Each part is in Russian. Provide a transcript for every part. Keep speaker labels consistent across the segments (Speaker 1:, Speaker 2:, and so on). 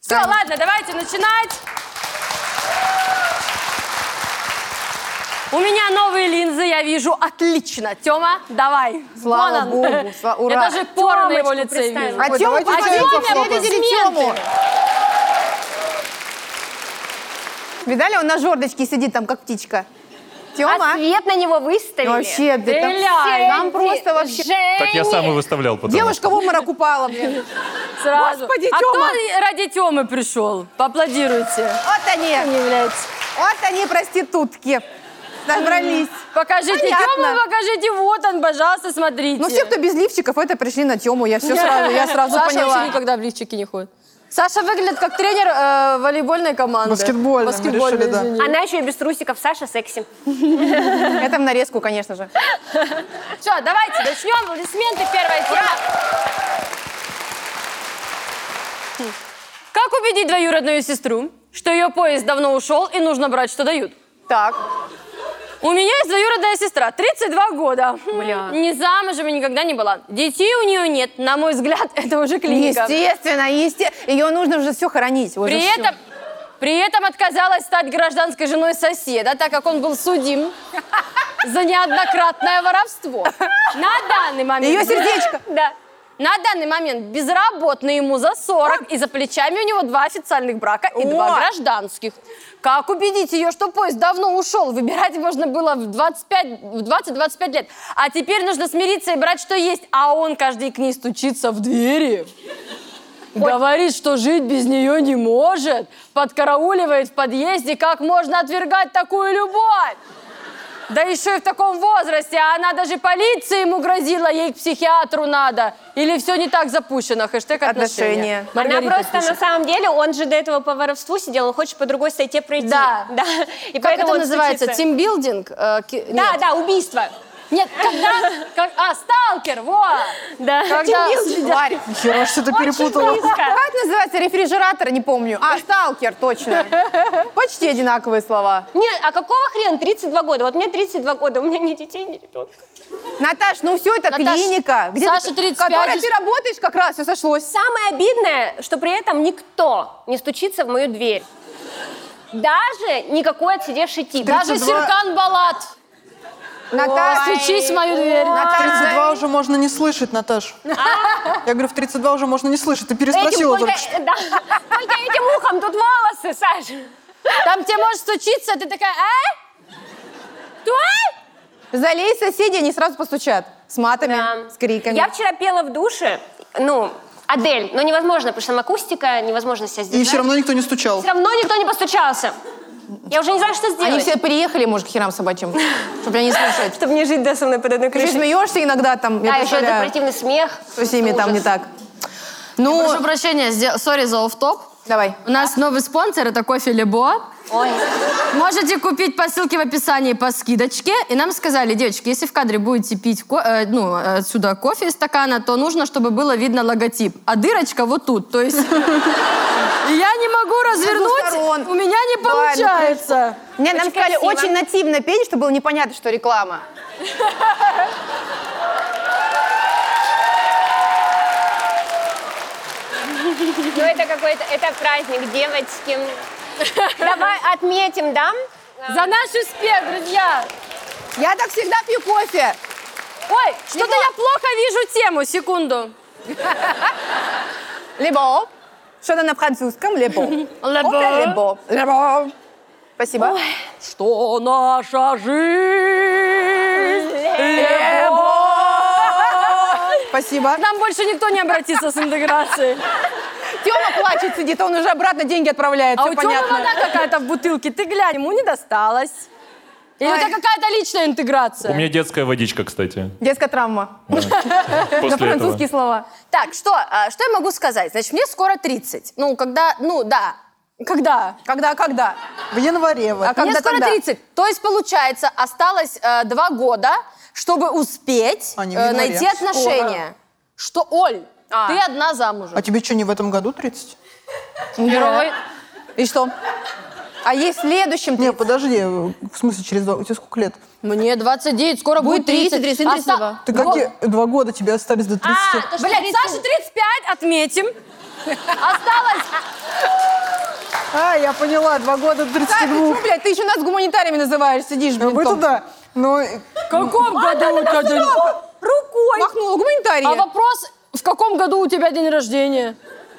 Speaker 1: Все, ладно, давайте начинать. У меня новые линзы, я вижу. Отлично. Тема, давай.
Speaker 2: Слава
Speaker 1: Вон он.
Speaker 2: Богу, сла- ура.
Speaker 1: Я даже поры на его
Speaker 3: Тёмочку
Speaker 1: лице
Speaker 3: представила.
Speaker 1: вижу.
Speaker 2: А
Speaker 3: Ой,
Speaker 2: Тёма,
Speaker 3: давайте
Speaker 2: а
Speaker 3: сделаем
Speaker 2: Тёме
Speaker 3: фотосессию.
Speaker 2: определить Тёму. Видали, он на жердочке сидит там, как птичка.
Speaker 3: А
Speaker 2: Тёма,
Speaker 3: свет на него выставили.
Speaker 2: вообще, ты там-
Speaker 1: Стреляй,
Speaker 2: нам просто вообще...
Speaker 4: Так я сам и выставлял потом.
Speaker 2: Девушка в обморок упала. блин.
Speaker 1: Сразу.
Speaker 2: Господи,
Speaker 1: а
Speaker 2: Тёма.
Speaker 1: кто ради Темы пришел? Поаплодируйте.
Speaker 2: Вот они,
Speaker 1: Не является.
Speaker 2: вот они, проститутки. Собрались.
Speaker 1: Покажите
Speaker 2: Понятно.
Speaker 1: Тему, покажите. Вот он, пожалуйста, смотрите.
Speaker 2: Ну, все, кто без лифчиков, это пришли на Тему. Я все сразу, я сразу
Speaker 1: Саша вообще
Speaker 2: поняла.
Speaker 1: никогда в лифчике не ходит. Саша выглядит как тренер э, волейбольной команды.
Speaker 2: Баскетбольной, мы
Speaker 1: Баскетбольной,
Speaker 2: решили, да.
Speaker 1: извини.
Speaker 3: Она еще и без трусиков. Саша секси.
Speaker 2: Это в нарезку, конечно же.
Speaker 1: Все, давайте начнем. Аплодисменты, первая тема. Как убедить двоюродную сестру, что ее поезд давно ушел и нужно брать, что дают?
Speaker 2: Так,
Speaker 1: У меня есть двоюродная сестра, 32 года. Хм,
Speaker 3: Бля.
Speaker 1: Не замужем и никогда не была. Детей у нее нет. На мой взгляд, это уже клиника.
Speaker 2: естественно, есте... Ее нужно уже все хоронить. уже
Speaker 1: При
Speaker 2: всё.
Speaker 1: этом, при этом отказалась стать гражданской женой соседа, так как он был судим за неоднократное воровство. На данный момент...
Speaker 2: Ее сердечко.
Speaker 1: Да. На данный момент безработный ему за 40, и за плечами у него два официальных брака и два
Speaker 2: О!
Speaker 1: гражданских. Как убедить ее, что поезд давно ушел? Выбирать можно было в 25 в 20-25 лет. А теперь нужно смириться и брать, что есть. А он каждый к ней стучится в двери. Говорит, что жить без нее не может. Подкарауливает в подъезде, как можно отвергать такую любовь. Да еще и в таком возрасте, а она даже полиции ему грозила, ей к психиатру надо. Или все не так запущено, хэштег отношения.
Speaker 2: Отношения.
Speaker 3: Она
Speaker 1: Маргарита
Speaker 3: просто
Speaker 1: пишет.
Speaker 3: на самом деле, он же до этого по воровству сидел, он хочет по другой статье пройти.
Speaker 1: Да.
Speaker 3: да. И
Speaker 1: Как
Speaker 3: поэтому
Speaker 1: это
Speaker 3: он
Speaker 1: называется?
Speaker 3: стучится.
Speaker 1: Тимбилдинг? Э, ки-
Speaker 3: Да,
Speaker 1: нет.
Speaker 3: да, убийство.
Speaker 1: Нет, когда... как- А, сталкер, вот.
Speaker 3: Да.
Speaker 1: Когда...
Speaker 2: Тварь.
Speaker 5: Хера ж ты это перепутала.
Speaker 3: Близко.
Speaker 2: Как называется рефрижератор, не помню. А, сталкер, точно. Почти одинаковые слова.
Speaker 3: Нет, а какого хрена 32 года? Вот мне 32 года, у меня ни детей, ни ребенка.
Speaker 2: Наташ, ну все это
Speaker 1: Наташ,
Speaker 2: клиника. ты-
Speaker 1: Саша 35
Speaker 2: в которой
Speaker 1: здесь.
Speaker 2: ты работаешь, как раз все сошлось.
Speaker 3: Самое обидное, что при этом никто не стучится в мою дверь. Даже никакой отсидевший тип.
Speaker 1: Даже
Speaker 5: 32.
Speaker 1: Серкан Балат.
Speaker 2: Наташ,
Speaker 1: Стучись в мою дверь.
Speaker 2: Наташ,
Speaker 5: 32 уже можно не слышать, Наташ.
Speaker 2: А.
Speaker 5: Я говорю, в 32 уже можно не слышать. Ты
Speaker 3: Этим
Speaker 5: переспросила
Speaker 3: только,
Speaker 5: только что.
Speaker 3: да, только этим ухом тут волосы, Саша.
Speaker 1: Там тебе может стучиться, а ты такая, а? Кто?
Speaker 2: залей соседи, они сразу постучат. С матами,
Speaker 3: Да.
Speaker 2: с криками.
Speaker 3: Я вчера пела в душе, ну, Адель, но невозможно, потому что там акустика, невозможно себя
Speaker 5: И
Speaker 3: сдержать.
Speaker 5: все равно никто не стучал.
Speaker 3: Все равно никто не постучался. Я уже не знаю, что сделать.
Speaker 2: Они все переехали, может, к херам собачьим, чтобы меня не слышать.
Speaker 3: Чтобы не жить, да, со мной под одной
Speaker 2: Ты же смеешься иногда там, я
Speaker 3: Да, еще этот
Speaker 2: представляю,
Speaker 3: противный смех.
Speaker 2: что с ними там не так.
Speaker 1: Прошу
Speaker 2: Ну,
Speaker 1: прощения, сдел- сори за офф-топ.
Speaker 2: давай.
Speaker 1: У нас новый спонсор, это кофе Лебо.
Speaker 3: Ой.
Speaker 1: Можете купить по ссылке в описании по скидочке. И нам сказали, девочки, если в кадре будете пить ко- э, ну, отсюда кофе из стакана, то нужно, чтобы было видно логотип. А дырочка вот тут. То есть и я не могу
Speaker 2: сторон.
Speaker 1: развернуть, у меня не
Speaker 2: Ладно,
Speaker 1: получается.
Speaker 2: Мне нам сказали
Speaker 3: красиво.
Speaker 2: очень нативно петь, чтобы было непонятно, что реклама.
Speaker 3: Ну, это какой-то, это праздник, девочки. Давай отметим, да?
Speaker 1: За наш успех, друзья!
Speaker 2: Я так всегда пью кофе.
Speaker 1: Ой, что-то я плохо вижу тему, секунду.
Speaker 2: Либо. Что-то на французском. Либо. Кофе Либо. Либо. Спасибо.
Speaker 1: Что наша жизнь?
Speaker 2: Спасибо.
Speaker 1: К нам больше никто не обратится с интеграцией.
Speaker 2: Тёма плачет, сидит, он уже обратно деньги отправляет.
Speaker 1: А
Speaker 2: всё
Speaker 1: у Тёмы
Speaker 2: понятно.
Speaker 1: вода какая-то в бутылке, ты глянь, ему не досталось. Или это
Speaker 2: Ой.
Speaker 1: какая-то личная интеграция?
Speaker 4: У меня детская водичка, кстати.
Speaker 2: Детская травма.
Speaker 4: После
Speaker 2: На
Speaker 4: этого.
Speaker 2: французские слова.
Speaker 1: Так, что, а, что я могу сказать? Значит, мне скоро 30. Ну, когда, ну, да. Когда?
Speaker 2: Когда, когда?
Speaker 5: В январе. вот.
Speaker 2: А как-
Speaker 1: Мне
Speaker 2: Когда,
Speaker 1: скоро
Speaker 2: когда?
Speaker 1: 30. То есть, получается, осталось э, два года, чтобы успеть
Speaker 5: А, не в
Speaker 1: э,
Speaker 5: январе.
Speaker 1: найти отношения. Что, Оль,
Speaker 2: А.
Speaker 1: ты одна замужем.
Speaker 5: А тебе что, не в этом году 30?
Speaker 1: Герой.
Speaker 2: И что? А есть в следующем
Speaker 5: Не, подожди, э, в смысле через два... У тебя сколько лет?
Speaker 1: Мне 29, скоро будет
Speaker 2: Будет
Speaker 1: 30.
Speaker 2: 30,
Speaker 1: Оста-
Speaker 2: 32.
Speaker 5: Ты
Speaker 1: Во-
Speaker 5: какие два года тебе остались до 30?
Speaker 3: А, то, что
Speaker 1: Блядь,
Speaker 3: 30.
Speaker 1: Саше 35 отметим. Осталось
Speaker 5: А, я поняла, два года до
Speaker 2: Да, ты
Speaker 5: 32.
Speaker 2: чё, блядь, ты еще нас гуманитариями называешь, сидишь, блин,
Speaker 5: Вы
Speaker 2: там.
Speaker 5: туда. Ну, Но
Speaker 1: в каком году у тебя день
Speaker 3: Рукой.
Speaker 2: Махнула гуманитария.
Speaker 1: А вопрос, в каком году у тебя день рождения?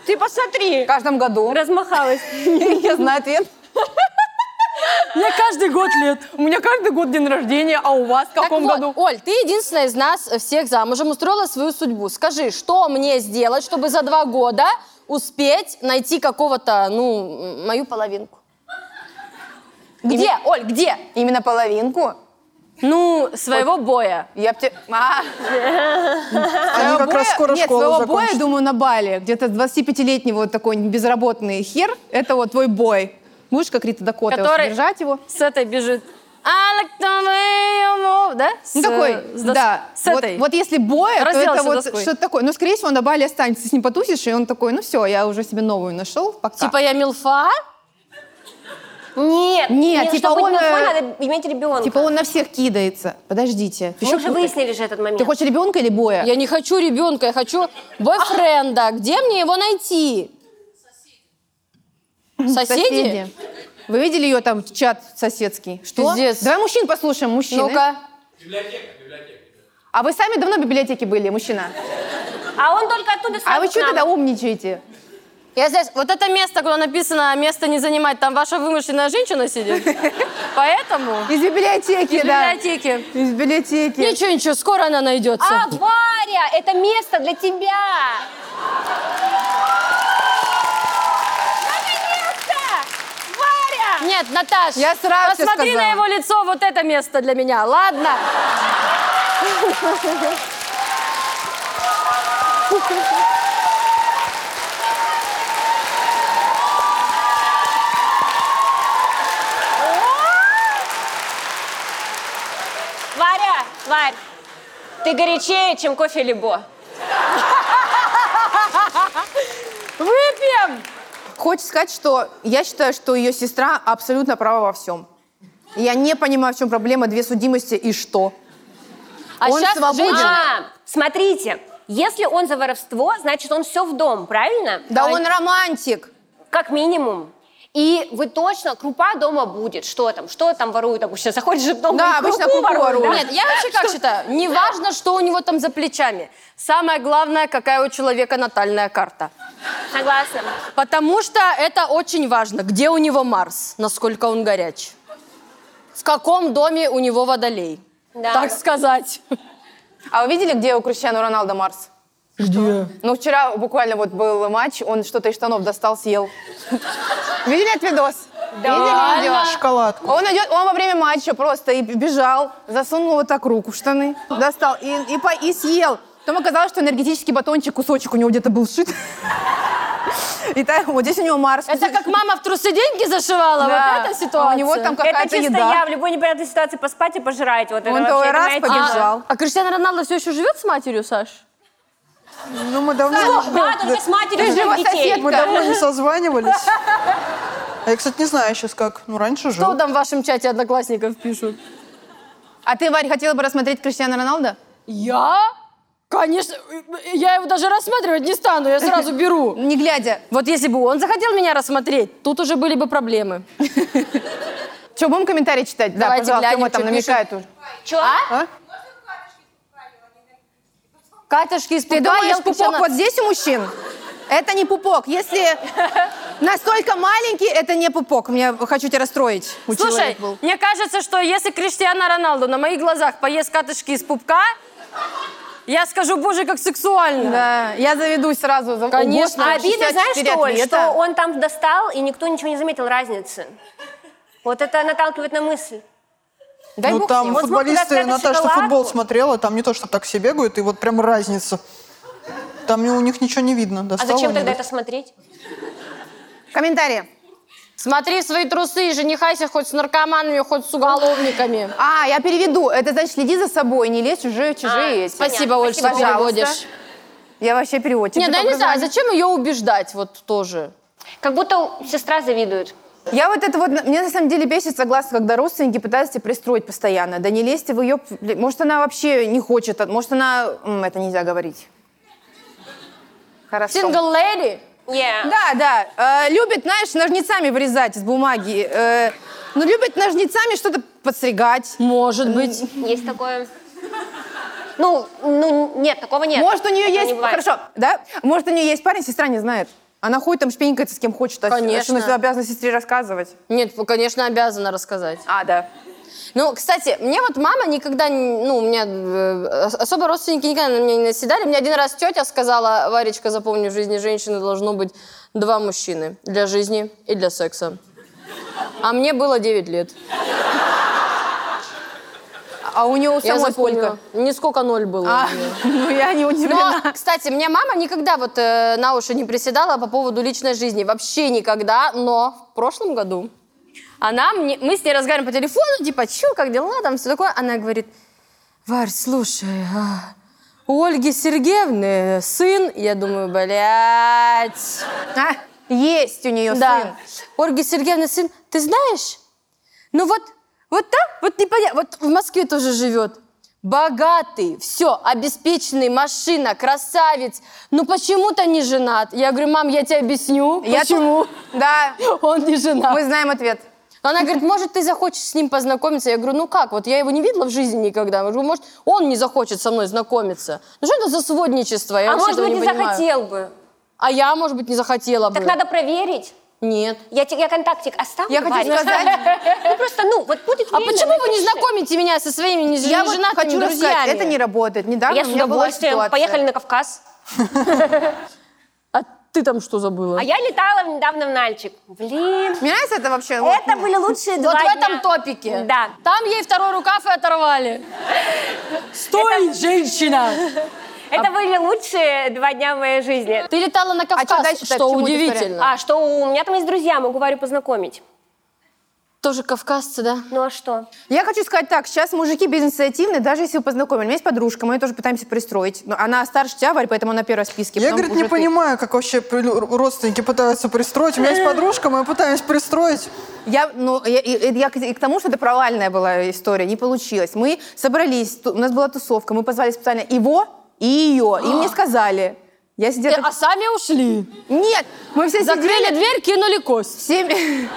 Speaker 3: Ты посмотри.
Speaker 2: В каждом году.
Speaker 3: Размахалась.
Speaker 2: Я знаю ответ.
Speaker 1: Я каждый год лет.
Speaker 2: У меня каждый год день рождения, а у вас в
Speaker 1: Так вот, Оль, ты единственная из нас э, всех замужем устроила свою судьбу. Скажи, что мне сделать, чтобы за два года успеть найти какого-то, ну, м, мою половинку? Где, Оль, где?
Speaker 2: Именно половинку?
Speaker 1: Ну, своего боя.
Speaker 2: Я б те- А.
Speaker 5: они как раз
Speaker 2: Боя-
Speaker 5: скоро
Speaker 2: Э, Нет,
Speaker 5: школу
Speaker 2: своего боя,
Speaker 5: закончат.
Speaker 2: думаю, на Бали. Где-то 25-летнего вот такой безработный хер. Это вот твой бой. Будешь как Рита Дакота его
Speaker 1: Который-
Speaker 2: содержать его?
Speaker 1: С этой бежит. I like the way you move, да?
Speaker 2: Ну,
Speaker 1: С,
Speaker 2: такой,
Speaker 1: э, с дос-
Speaker 2: да.
Speaker 1: С
Speaker 2: вот,
Speaker 1: этой.
Speaker 2: вот если боя, то
Speaker 1: Разделался
Speaker 2: это вот
Speaker 1: доской.
Speaker 2: что-то такое. Но, скорее всего, на Бали останется, с ним потусишь, и он такой, ну все, я уже себе новую нашел, пока.
Speaker 1: Типа я милфа?
Speaker 2: Нет,
Speaker 3: Нет. мне,
Speaker 2: типа
Speaker 3: чтобы
Speaker 2: он,
Speaker 3: быть милфой,
Speaker 2: э,
Speaker 3: надо иметь ребенка.
Speaker 2: Типа он на всех кидается. Подождите. Ты
Speaker 3: Мы
Speaker 2: еще-
Speaker 3: уже выяснили же этот момент.
Speaker 2: Ты хочешь ребенка или боя?
Speaker 1: Я не хочу ребенка, я хочу бойфренда. Где мне его найти? Соседи.
Speaker 2: Соседи. Вы видели ее там чат соседский? Что?
Speaker 1: Пиздец.
Speaker 2: Давай мужчин послушаем, мужчины.
Speaker 1: Ну-ка.
Speaker 2: А вы сами давно в библиотеке были, мужчина?
Speaker 3: А он только оттуда сразу
Speaker 2: А вы
Speaker 3: к
Speaker 2: что
Speaker 3: нам.
Speaker 2: тогда умничаете?
Speaker 1: Я здесь, вот это место, куда написано «место не занимать», там ваша вымышленная женщина сидит. Поэтому
Speaker 2: Из библиотеки,
Speaker 1: из
Speaker 2: да.
Speaker 1: библиотеки.
Speaker 2: Из библиотеки.
Speaker 1: Ничего, ничего, скоро она найдется.
Speaker 3: А, Варя, это место для тебя. Наконец-то! Варя!
Speaker 1: Нет, Наташ,
Speaker 2: Я сразу тебе
Speaker 1: посмотри
Speaker 2: сказала.
Speaker 1: на его лицо, вот это место для меня, ладно?
Speaker 3: Варя, Варь, ты горячее, чем кофе Либо.
Speaker 1: Выпьем!
Speaker 2: Хочешь сказать, что я считаю, что ее сестра абсолютно права во всем. Я не понимаю, в чем проблема, две судимости и что.
Speaker 1: А
Speaker 2: Он
Speaker 1: щас
Speaker 2: свободен.
Speaker 1: женщина-
Speaker 3: А, смотрите, если он за воровство, значит он все в дом, правильно? А
Speaker 2: Да он романтик.
Speaker 3: Как минимум. И вы точно, крупа дома будет. Что там? Что там воруют обычно? Заходишь же в дом,
Speaker 2: Да,
Speaker 3: и
Speaker 2: обычно
Speaker 3: крупу
Speaker 2: крупу
Speaker 3: воруют. да?
Speaker 2: воруют.
Speaker 1: Нет, я вообще как считаю, не важно, что у него там за плечами. Самое главное, какая у человека натальная карта.
Speaker 3: Согласна.
Speaker 1: Потому что это очень важно, где у него Марс, насколько он горяч. В каком доме у него водолей.
Speaker 3: Да.
Speaker 1: Так сказать.
Speaker 2: А вы видели, где у Криштиану Роналда Марс? Где? Ну, вчера буквально вот был матч, он что-то из штанов достал, съел. Видели этот видос? Видели видео?
Speaker 5: Шоколадку.
Speaker 2: Он идет, он во время матча просто и бежал, засунул вот так руку в штаны, достал и, и, по- и съел. Потом оказалось, что энергетический батончик, кусочек у него где-то был сшит. И так, вот здесь у него Марс.
Speaker 1: Это как мама в трусы деньги зашивала,
Speaker 2: Да.
Speaker 1: вот эта ситуация.
Speaker 2: А у него там
Speaker 3: Это
Speaker 2: какая-то
Speaker 3: чисто
Speaker 2: еда.
Speaker 3: я в любой непонятной ситуации поспать и пожрать. Вот это
Speaker 2: Он
Speaker 3: вообще,
Speaker 2: то раз
Speaker 3: понимаете?
Speaker 2: побежал.
Speaker 1: а, а Криштиану Роналду все еще живет с матерью, Саш?
Speaker 5: Ну, мы давно...
Speaker 3: А, Да, только с матерью
Speaker 2: Ты же его
Speaker 3: своих детей.
Speaker 2: сосед.
Speaker 5: Мы давно не созванивались. А я, кстати, не знаю сейчас как. Ну, раньше
Speaker 1: Что
Speaker 5: жил.
Speaker 1: там в вашем чате одноклассников пишут?
Speaker 2: А ты, Варь, хотела бы рассмотреть Криштиана Роналда?
Speaker 1: Я? Конечно, я его даже рассматривать не стану, я сразу беру.
Speaker 2: Не глядя.
Speaker 1: Вот если бы он захотел меня рассмотреть, тут уже были бы проблемы.
Speaker 2: Что, будем комментарии читать? Да,
Speaker 1: Давайте
Speaker 2: пожалуйста,
Speaker 1: глянем,
Speaker 2: Тёма там
Speaker 1: чё пишут.
Speaker 2: намекает уже.
Speaker 3: Чё?
Speaker 2: А?
Speaker 3: А,
Speaker 1: Катышки из
Speaker 2: Ты
Speaker 1: пупка
Speaker 2: думаешь,
Speaker 1: ел
Speaker 2: пупок
Speaker 1: Криштиану-
Speaker 2: вот здесь у мужчин? Это не пупок. Если настолько маленький, это не пупок. Я хочу тебя расстроить. У
Speaker 1: Слушай,
Speaker 2: человека был.
Speaker 1: мне кажется, что если Криштиану Роналду на моих глазах поест катышки из пупка, я скажу, боже, как сексуально.
Speaker 2: Да, я заведусь сразу. За...
Speaker 1: Конечно.
Speaker 2: О,
Speaker 3: А
Speaker 2: Господи,
Speaker 3: обидно, знаешь,
Speaker 2: 64
Speaker 3: что, Оль,
Speaker 2: Ну, ответа.
Speaker 3: что он там достал, и никто ничего не заметил разницы. Вот это наталкивает на мысль.
Speaker 2: Дай
Speaker 5: ну,
Speaker 2: бог с
Speaker 5: там
Speaker 2: ним.
Speaker 3: Вот смотри,
Speaker 5: футболисты,
Speaker 3: когда спрятать
Speaker 5: Наташа, ты футбол
Speaker 3: шоколадку.
Speaker 5: смотрела, там не то, что так все бегают, и вот прям разница. Там у них ничего не видно.
Speaker 3: А
Speaker 5: Достало
Speaker 3: зачем
Speaker 5: не
Speaker 3: тогда
Speaker 5: до-
Speaker 3: это смотреть?
Speaker 2: Комментарии.
Speaker 1: Смотри в свои трусы и женихайся хоть с наркоманами, хоть с уголовниками.
Speaker 2: А, я переведу. Это значит, следи за собой, не лезь в чужие, чужие. эти.
Speaker 1: А, Спасибо, Оль, что
Speaker 2: Пожалуйста.
Speaker 1: переводишь.
Speaker 2: Я вообще переводчик.
Speaker 1: Нет,
Speaker 2: Ты
Speaker 1: да
Speaker 2: по
Speaker 1: не знаю,
Speaker 2: образованию.
Speaker 1: зачем ее убеждать вот тоже?
Speaker 3: Как будто сестра завидует.
Speaker 2: Я вот это вот, мне на самом деле бесит согласно, когда родственники пытаются тебя пристроить постоянно. Да не лезьте в ее, может она вообще не хочет, а может она, м, это нельзя говорить. Хорошо.
Speaker 1: Сингл леди?
Speaker 3: Yeah.
Speaker 2: Да, да. Э, любит, знаешь, ножницами вырезать из бумаги. Э, ну, любит ножницами что-то подстригать.
Speaker 1: Может быть.
Speaker 3: Есть такое. Ну, ну, нет, такого нет.
Speaker 2: Может, у нее
Speaker 3: Такого
Speaker 2: есть...
Speaker 3: не бывает.
Speaker 2: Хорошо, да? Может, у нее есть парень, сестра не знает. Она ходит там шпенькается с кем хочет. а с-
Speaker 1: Конечно.
Speaker 2: А что, она обязана сестре рассказывать?
Speaker 1: Нет, конечно, обязана рассказать.
Speaker 2: А, да.
Speaker 1: Ну, кстати, мне вот мама никогда, не- ну, у меня э, ос- особо родственники никогда на меня не наседали. Мне один раз тетя сказала, Варечка, запомни, в жизни женщины должно быть два мужчины. Для жизни и для секса. А мне было 9 лет.
Speaker 2: А у нее у
Speaker 1: Я
Speaker 2: самой
Speaker 1: запомнила.
Speaker 2: сколько?
Speaker 1: Нисколько ноль было.
Speaker 2: А,
Speaker 1: у меня.
Speaker 2: ну я не удивлена.
Speaker 1: Но, кстати, мне мама никогда вот э, на уши не приседала по поводу личной жизни. Вообще никогда. Но в прошлом году она мне... Мы с ней разговариваем по телефону, типа, чё, как дела, там, все такое. Она говорит, Варь, слушай, а, у Ольги Сергеевны сын. Я думаю, блядь.
Speaker 2: А, есть у нее
Speaker 1: Да. У Ольги Сергеевны сын. Ты знаешь, ну вот, вот так, вот непонятно. Вот в Москве тоже живет. Богатый, все, обеспеченный, машина, красавец. Ну почему-то не женат. Я говорю, мам, я тебе объясню,
Speaker 2: сын. Я
Speaker 1: почему
Speaker 2: тут- Да,
Speaker 1: он не женат.
Speaker 2: мы знаем ответ.
Speaker 1: Она говорит, может, ты захочешь с ним познакомиться? Я говорю, ну как, вот я его не видела в жизни никогда. Я говорю, может, он не захочет со мной знакомиться. Ну что это за сводничество? Я
Speaker 3: А
Speaker 1: вообще
Speaker 3: может
Speaker 1: этого
Speaker 3: быть,
Speaker 1: не
Speaker 3: и
Speaker 1: понимаю.
Speaker 3: захотел бы.
Speaker 1: А я, может быть, не захотела
Speaker 3: Так
Speaker 1: бы.
Speaker 3: надо проверить.
Speaker 1: Нет.
Speaker 3: Я, те- я контактик оставлю,
Speaker 2: Я хочу
Speaker 3: Варя.
Speaker 2: сказать-
Speaker 3: Ну просто, ну, вот будет
Speaker 1: А
Speaker 3: время,
Speaker 1: почему вы не
Speaker 3: напиши.
Speaker 1: знакомите меня со своими не-
Speaker 2: Я вот
Speaker 1: неженатыми
Speaker 2: хочу рассказать,
Speaker 1: друзьями?
Speaker 2: это не работает. Недавно
Speaker 3: А Я
Speaker 2: у
Speaker 3: с
Speaker 2: меня была
Speaker 3: удовольствием.
Speaker 2: ситуация.
Speaker 3: Поехали на Кавказ.
Speaker 1: А ты там что забыла?
Speaker 3: А я летала недавно в Нальчик. Блин.
Speaker 2: Мне нравится это вообще?
Speaker 3: Это были лучшие
Speaker 1: Вот
Speaker 3: два
Speaker 1: в
Speaker 3: дня.
Speaker 1: этом топике.
Speaker 3: Да.
Speaker 1: Там ей второй рукав и оторвали. Стой, женщина!
Speaker 3: Это были лучшие два дня в моей жизни.
Speaker 1: Ты летала на Кавказ,
Speaker 2: А чё дальше-то?
Speaker 1: что
Speaker 2: К чему эта история?
Speaker 1: удивительно.
Speaker 3: А, что у меня там есть друзья, могу Варю познакомить.
Speaker 1: Тоже кавказцы, да?
Speaker 3: Ну а что?
Speaker 2: Я хочу сказать так, сейчас мужики безинициативны, даже если вы познакомили. У меня есть подружка, мы ее тоже пытаемся пристроить. Но она старше тебя, Варь, поэтому она первая в списке.
Speaker 5: Я,
Speaker 2: потом
Speaker 5: говорит, не
Speaker 2: уже ты.
Speaker 5: понимаю, как вообще при- родственники пытаются пристроить. У меня есть подружка, мы пытаемся пристроить.
Speaker 2: Я, ну, я, и- и- я к, и к тому, что это провальная была история, не получилось. Мы собрались, ту- у нас была тусовка, мы позвали специально его и ее, и мне сказали. Я
Speaker 1: Э,
Speaker 2: сидела... так-
Speaker 1: А сами ушли.
Speaker 2: Нет, мы все
Speaker 1: Закрыли
Speaker 2: сидели...
Speaker 1: дверь, кинули кость.
Speaker 2: Все...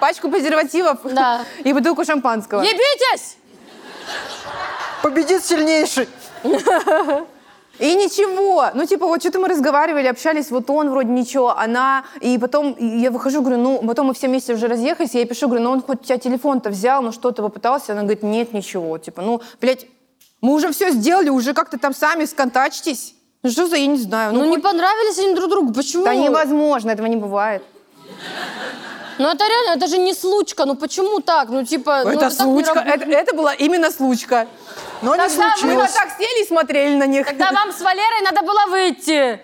Speaker 2: Пачку презервативов
Speaker 1: Да.
Speaker 2: и бутылку шампанского.
Speaker 1: Ебитесь!
Speaker 5: Победит сильнейший.
Speaker 2: И ничего. Ну, типа, вот что-то мы разговаривали, общались, вот он вроде ничего, она. И потом я выхожу, говорю, ну, потом мы все вместе уже разъехались, я ей пишу, говорю, ну, он хоть у тебя телефон-то взял, ну, что-то попытался. Она говорит, нет, ничего. Типа, ну, блядь, мы уже все сделали, уже как-то там сами сконтачьтесь. Ну, что за, я не знаю.
Speaker 1: Ну
Speaker 2: Ну,
Speaker 1: не понравились они друг другу, почему?
Speaker 2: да невозможно, этого не бывает.
Speaker 1: Ну это реально, это же не случка, ну почему так? Ну типа... ну, так не работает.
Speaker 2: Это, это была именно случка.
Speaker 5: Но не
Speaker 1: Тогда
Speaker 2: Мы вот
Speaker 5: случилось.
Speaker 2: так сели и смотрели на них.
Speaker 1: Да вам с Валерой надо было выйти.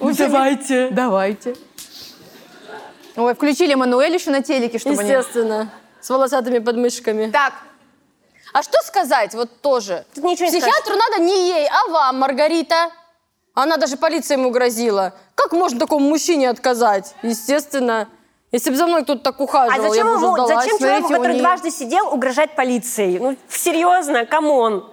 Speaker 2: Давайте. Давайте. Ой, включили Мануэль еще на телеке, чтобы они...
Speaker 1: Естественно. С волосатыми подмышками.
Speaker 2: Так,
Speaker 1: А что сказать, вот тоже.
Speaker 3: Тут ничего не
Speaker 1: Психиатру надо не ей, а вам, Маргарита. Она даже полиция ему грозила. Как можно такому мужчине отказать? Естественно. Если бы за мной кто-то так ухаживал,
Speaker 3: А зачем
Speaker 1: я бы уже
Speaker 3: ему,
Speaker 1: сдалась. Ну,
Speaker 3: зачем человеку,
Speaker 2: Смотрите, у
Speaker 3: который
Speaker 2: нее-
Speaker 3: дважды сидел, угрожать полиции? Ну, серьезно, камон.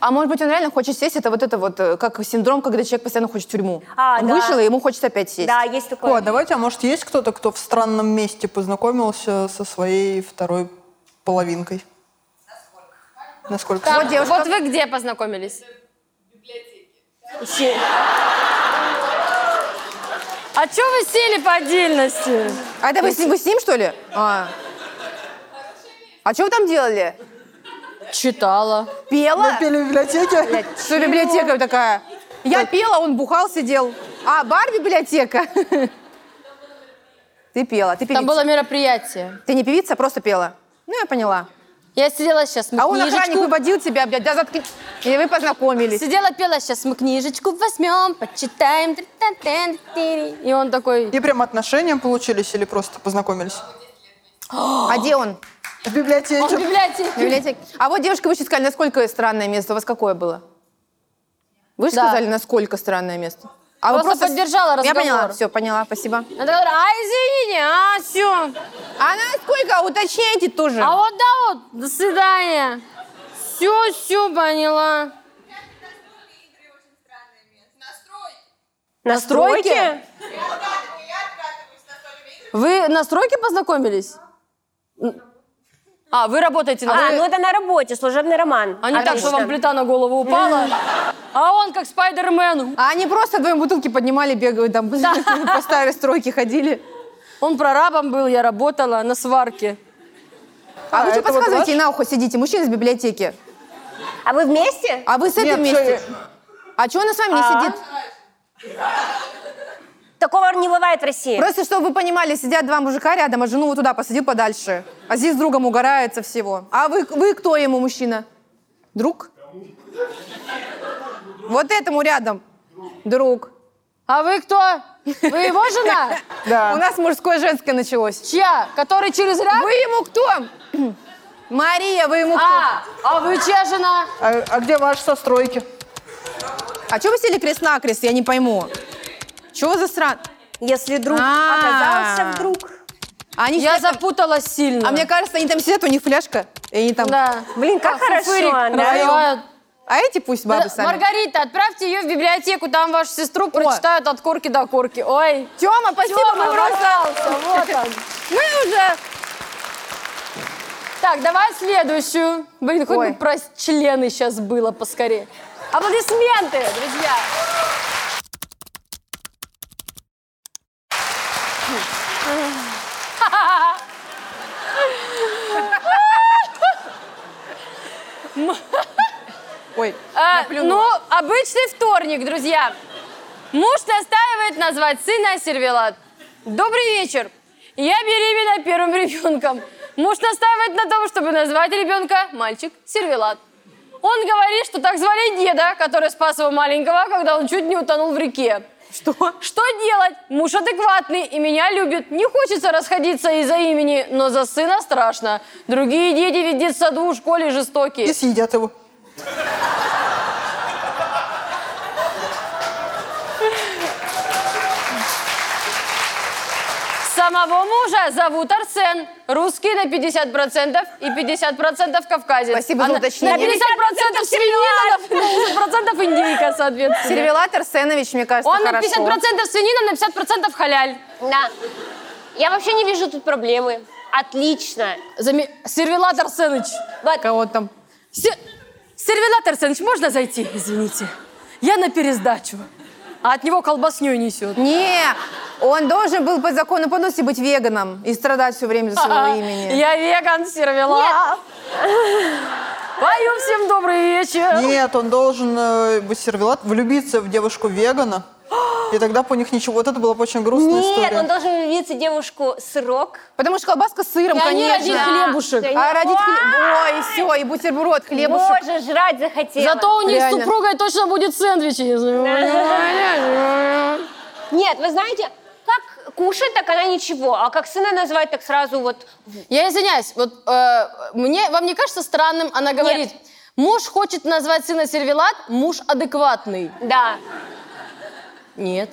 Speaker 2: А может быть, он реально хочет сесть? Это вот это вот, э, как синдром, когда человек постоянно хочет в тюрьму.
Speaker 3: А,
Speaker 2: он
Speaker 3: да.
Speaker 2: вышел, и ему хочется опять сесть.
Speaker 3: Да, есть
Speaker 5: О, а
Speaker 3: такое.
Speaker 5: давайте, а может есть кто-то, кто в странном месте познакомился со своей второй половинкой? Насколько?
Speaker 1: Так,
Speaker 5: Насколько?
Speaker 2: Вот девушка.
Speaker 1: вот вы где познакомились?
Speaker 3: Се-
Speaker 1: А чё вы сели по отдельности?
Speaker 2: А это вы с, ним- вы с ним, что ли? А. А что вы там делали?
Speaker 1: Читала. Ну,
Speaker 2: Пела?
Speaker 5: Пели в библиотеке?
Speaker 2: Что библиотека такая? Я пела, он бухал, сидел. А, бар-библиотека. Ты пела, ты певица.
Speaker 1: Там было мероприятие.
Speaker 2: Ты не певица, просто пела. Ну, я поняла.
Speaker 1: Я сидела сейчас, мы
Speaker 2: А он
Speaker 1: книжечку-
Speaker 2: охранник выводил тебя, блядь, да заткни. И вы познакомились.
Speaker 1: Сидела, пела, сейчас мы книжечку возьмем, почитаем. И он такой,
Speaker 5: И прям отношения получились или просто познакомились?
Speaker 2: А где он?
Speaker 5: В
Speaker 1: он в
Speaker 5: библиотеке.
Speaker 2: В
Speaker 1: библиотеке.
Speaker 2: библиотеке. А вот, девушка, вы сейчас сказали, насколько странное место. У вас какое было? Вы же
Speaker 1: Да.
Speaker 2: сказали, насколько странное место. А вы
Speaker 1: Просто поддержала
Speaker 2: Я поняла,
Speaker 1: разговор.
Speaker 2: все, поняла, спасибо.
Speaker 1: Она такая, а извините, а все.
Speaker 2: А насколько, уточняйте тоже.
Speaker 1: А вот да вот, до свидания. Все, все поняла. Настройки? Вы на стройке познакомились? Н- А, вы работаете на...
Speaker 3: А,
Speaker 1: вы-
Speaker 3: ну это на работе, служебный роман.
Speaker 1: А не так, что вам плита на голову упала, а он как Спайдермен.
Speaker 2: А они просто вдвоем бутылки поднимали, бегали там по старой стройке ходили.
Speaker 1: Он прорабом был, я работала на сварке.
Speaker 2: А, вы что
Speaker 5: это вот
Speaker 2: подсказываете, и на ухо сидите, мужчина из библиотеки.
Speaker 3: А вы вместе?
Speaker 2: А вы с этим
Speaker 5: Нет,
Speaker 2: вместе? А чего она с вами не
Speaker 3: А?
Speaker 2: сидит?
Speaker 3: Такого не бывает в России.
Speaker 2: Просто, чтобы вы понимали, сидят два мужика рядом, а жену вот туда посадил подальше. А здесь с другом угорает со всего. А вы, вы кто ему, мужчина? Друг? Вот этому рядом. Друг.
Speaker 1: А вы кто? Вы его жена?
Speaker 2: У нас мужское женское началось.
Speaker 1: Чья? Который через ряд?
Speaker 2: Вы ему кто? Мария, вы ему кто?
Speaker 1: А, а вы чья жена?
Speaker 5: А, а где ваш со стройки?
Speaker 2: А чего вы сели крест-накрест? Я не пойму. Чего за сран...
Speaker 3: Если друг
Speaker 2: А.
Speaker 3: оказался вдруг.
Speaker 2: А Они
Speaker 1: Я
Speaker 2: сидят там-
Speaker 1: запуталась сильно.
Speaker 2: А мне кажется, они там сидят, у них фляжка. И они там...
Speaker 1: Да.
Speaker 3: Блин, как хорошо,
Speaker 1: фуфырик
Speaker 3: да?
Speaker 1: развивают.
Speaker 2: А эти пусть бабы
Speaker 1: Да,
Speaker 2: сами.
Speaker 1: Маргарита, отправьте ее в библиотеку, там вашу сестру прочитают от корки до корки. Ой.
Speaker 2: Тёма, спасибо,
Speaker 1: Тёма,
Speaker 2: мы просто...
Speaker 1: пожалуйста, вот он.
Speaker 2: Мы уже...
Speaker 1: Так, давай следующую. Блин, хоть
Speaker 2: Ой.
Speaker 1: бы про члены сейчас было поскорее. Аплодисменты, друзья.
Speaker 2: Ой,
Speaker 1: А,
Speaker 2: наплюнула.
Speaker 1: ну, обычный вторник, друзья. Муж настаивает назвать сына сервелат. Добрый вечер. Я беременна первым ребенком. Муж настаивает на том, чтобы назвать ребенка мальчик сервелат. Он говорит, что так звали деда, который спас его маленького, когда он чуть не утонул в реке.
Speaker 2: Что?
Speaker 1: Что делать? Муж адекватный и меня любит. Не хочется расходиться из-за имени, но за сына страшно. Другие дети ведь в детсаду, в школе жестокие.
Speaker 5: И съедят его.
Speaker 1: Самого мужа зовут Арсен. Русский на 50% и 50% кавказец.
Speaker 2: Спасибо за
Speaker 1: на-
Speaker 2: уточнение.
Speaker 1: На 50% свинина, на 50% индейка, соответственно.
Speaker 2: Сервелат Арсенович, мне кажется,
Speaker 1: Он на
Speaker 2: хорошо.
Speaker 1: 50% свинина, на 50% халяль.
Speaker 3: Да. Я вообще не вижу тут проблемы. Отлично.
Speaker 1: Заме... Сервелат Арсеныч.
Speaker 2: Кого там?
Speaker 1: Се- Сервелат Арсеныч, можно зайти? Извините. Я на пересдачу. А от него колбасню несет.
Speaker 2: Не, он должен был по закону поносе быть веганом и страдать все время за своего имени.
Speaker 1: Я веган, сервелат. Пою всем добрый вечер.
Speaker 5: Нет, он должен э, быть сервелат, влюбиться в девушку вегана. И тогда по них ничего. Вот это была бы очень грустная
Speaker 3: Нет,
Speaker 5: история.
Speaker 3: он должен влюбиться в девушку сырок.
Speaker 2: Потому что колбаска с сыром,
Speaker 1: И они
Speaker 2: конечно.
Speaker 1: родили хлебушек.
Speaker 3: Да.
Speaker 2: А родить хлеб... Ой, все, и бутерброд, хлебушек.
Speaker 3: Боже, жрать захотела.
Speaker 1: Зато у них
Speaker 2: Реально.
Speaker 1: с супругой точно будет сэндвичи, если вы понимаете.
Speaker 3: Нет, вы знаете, как кушать, так она ничего. А как сына назвать, так сразу вот...
Speaker 1: Я извиняюсь, вот э, мне, вам не кажется странным, она говорит, муж хочет назвать сына сервелат, муж адекватный.
Speaker 3: Да.
Speaker 1: Нет.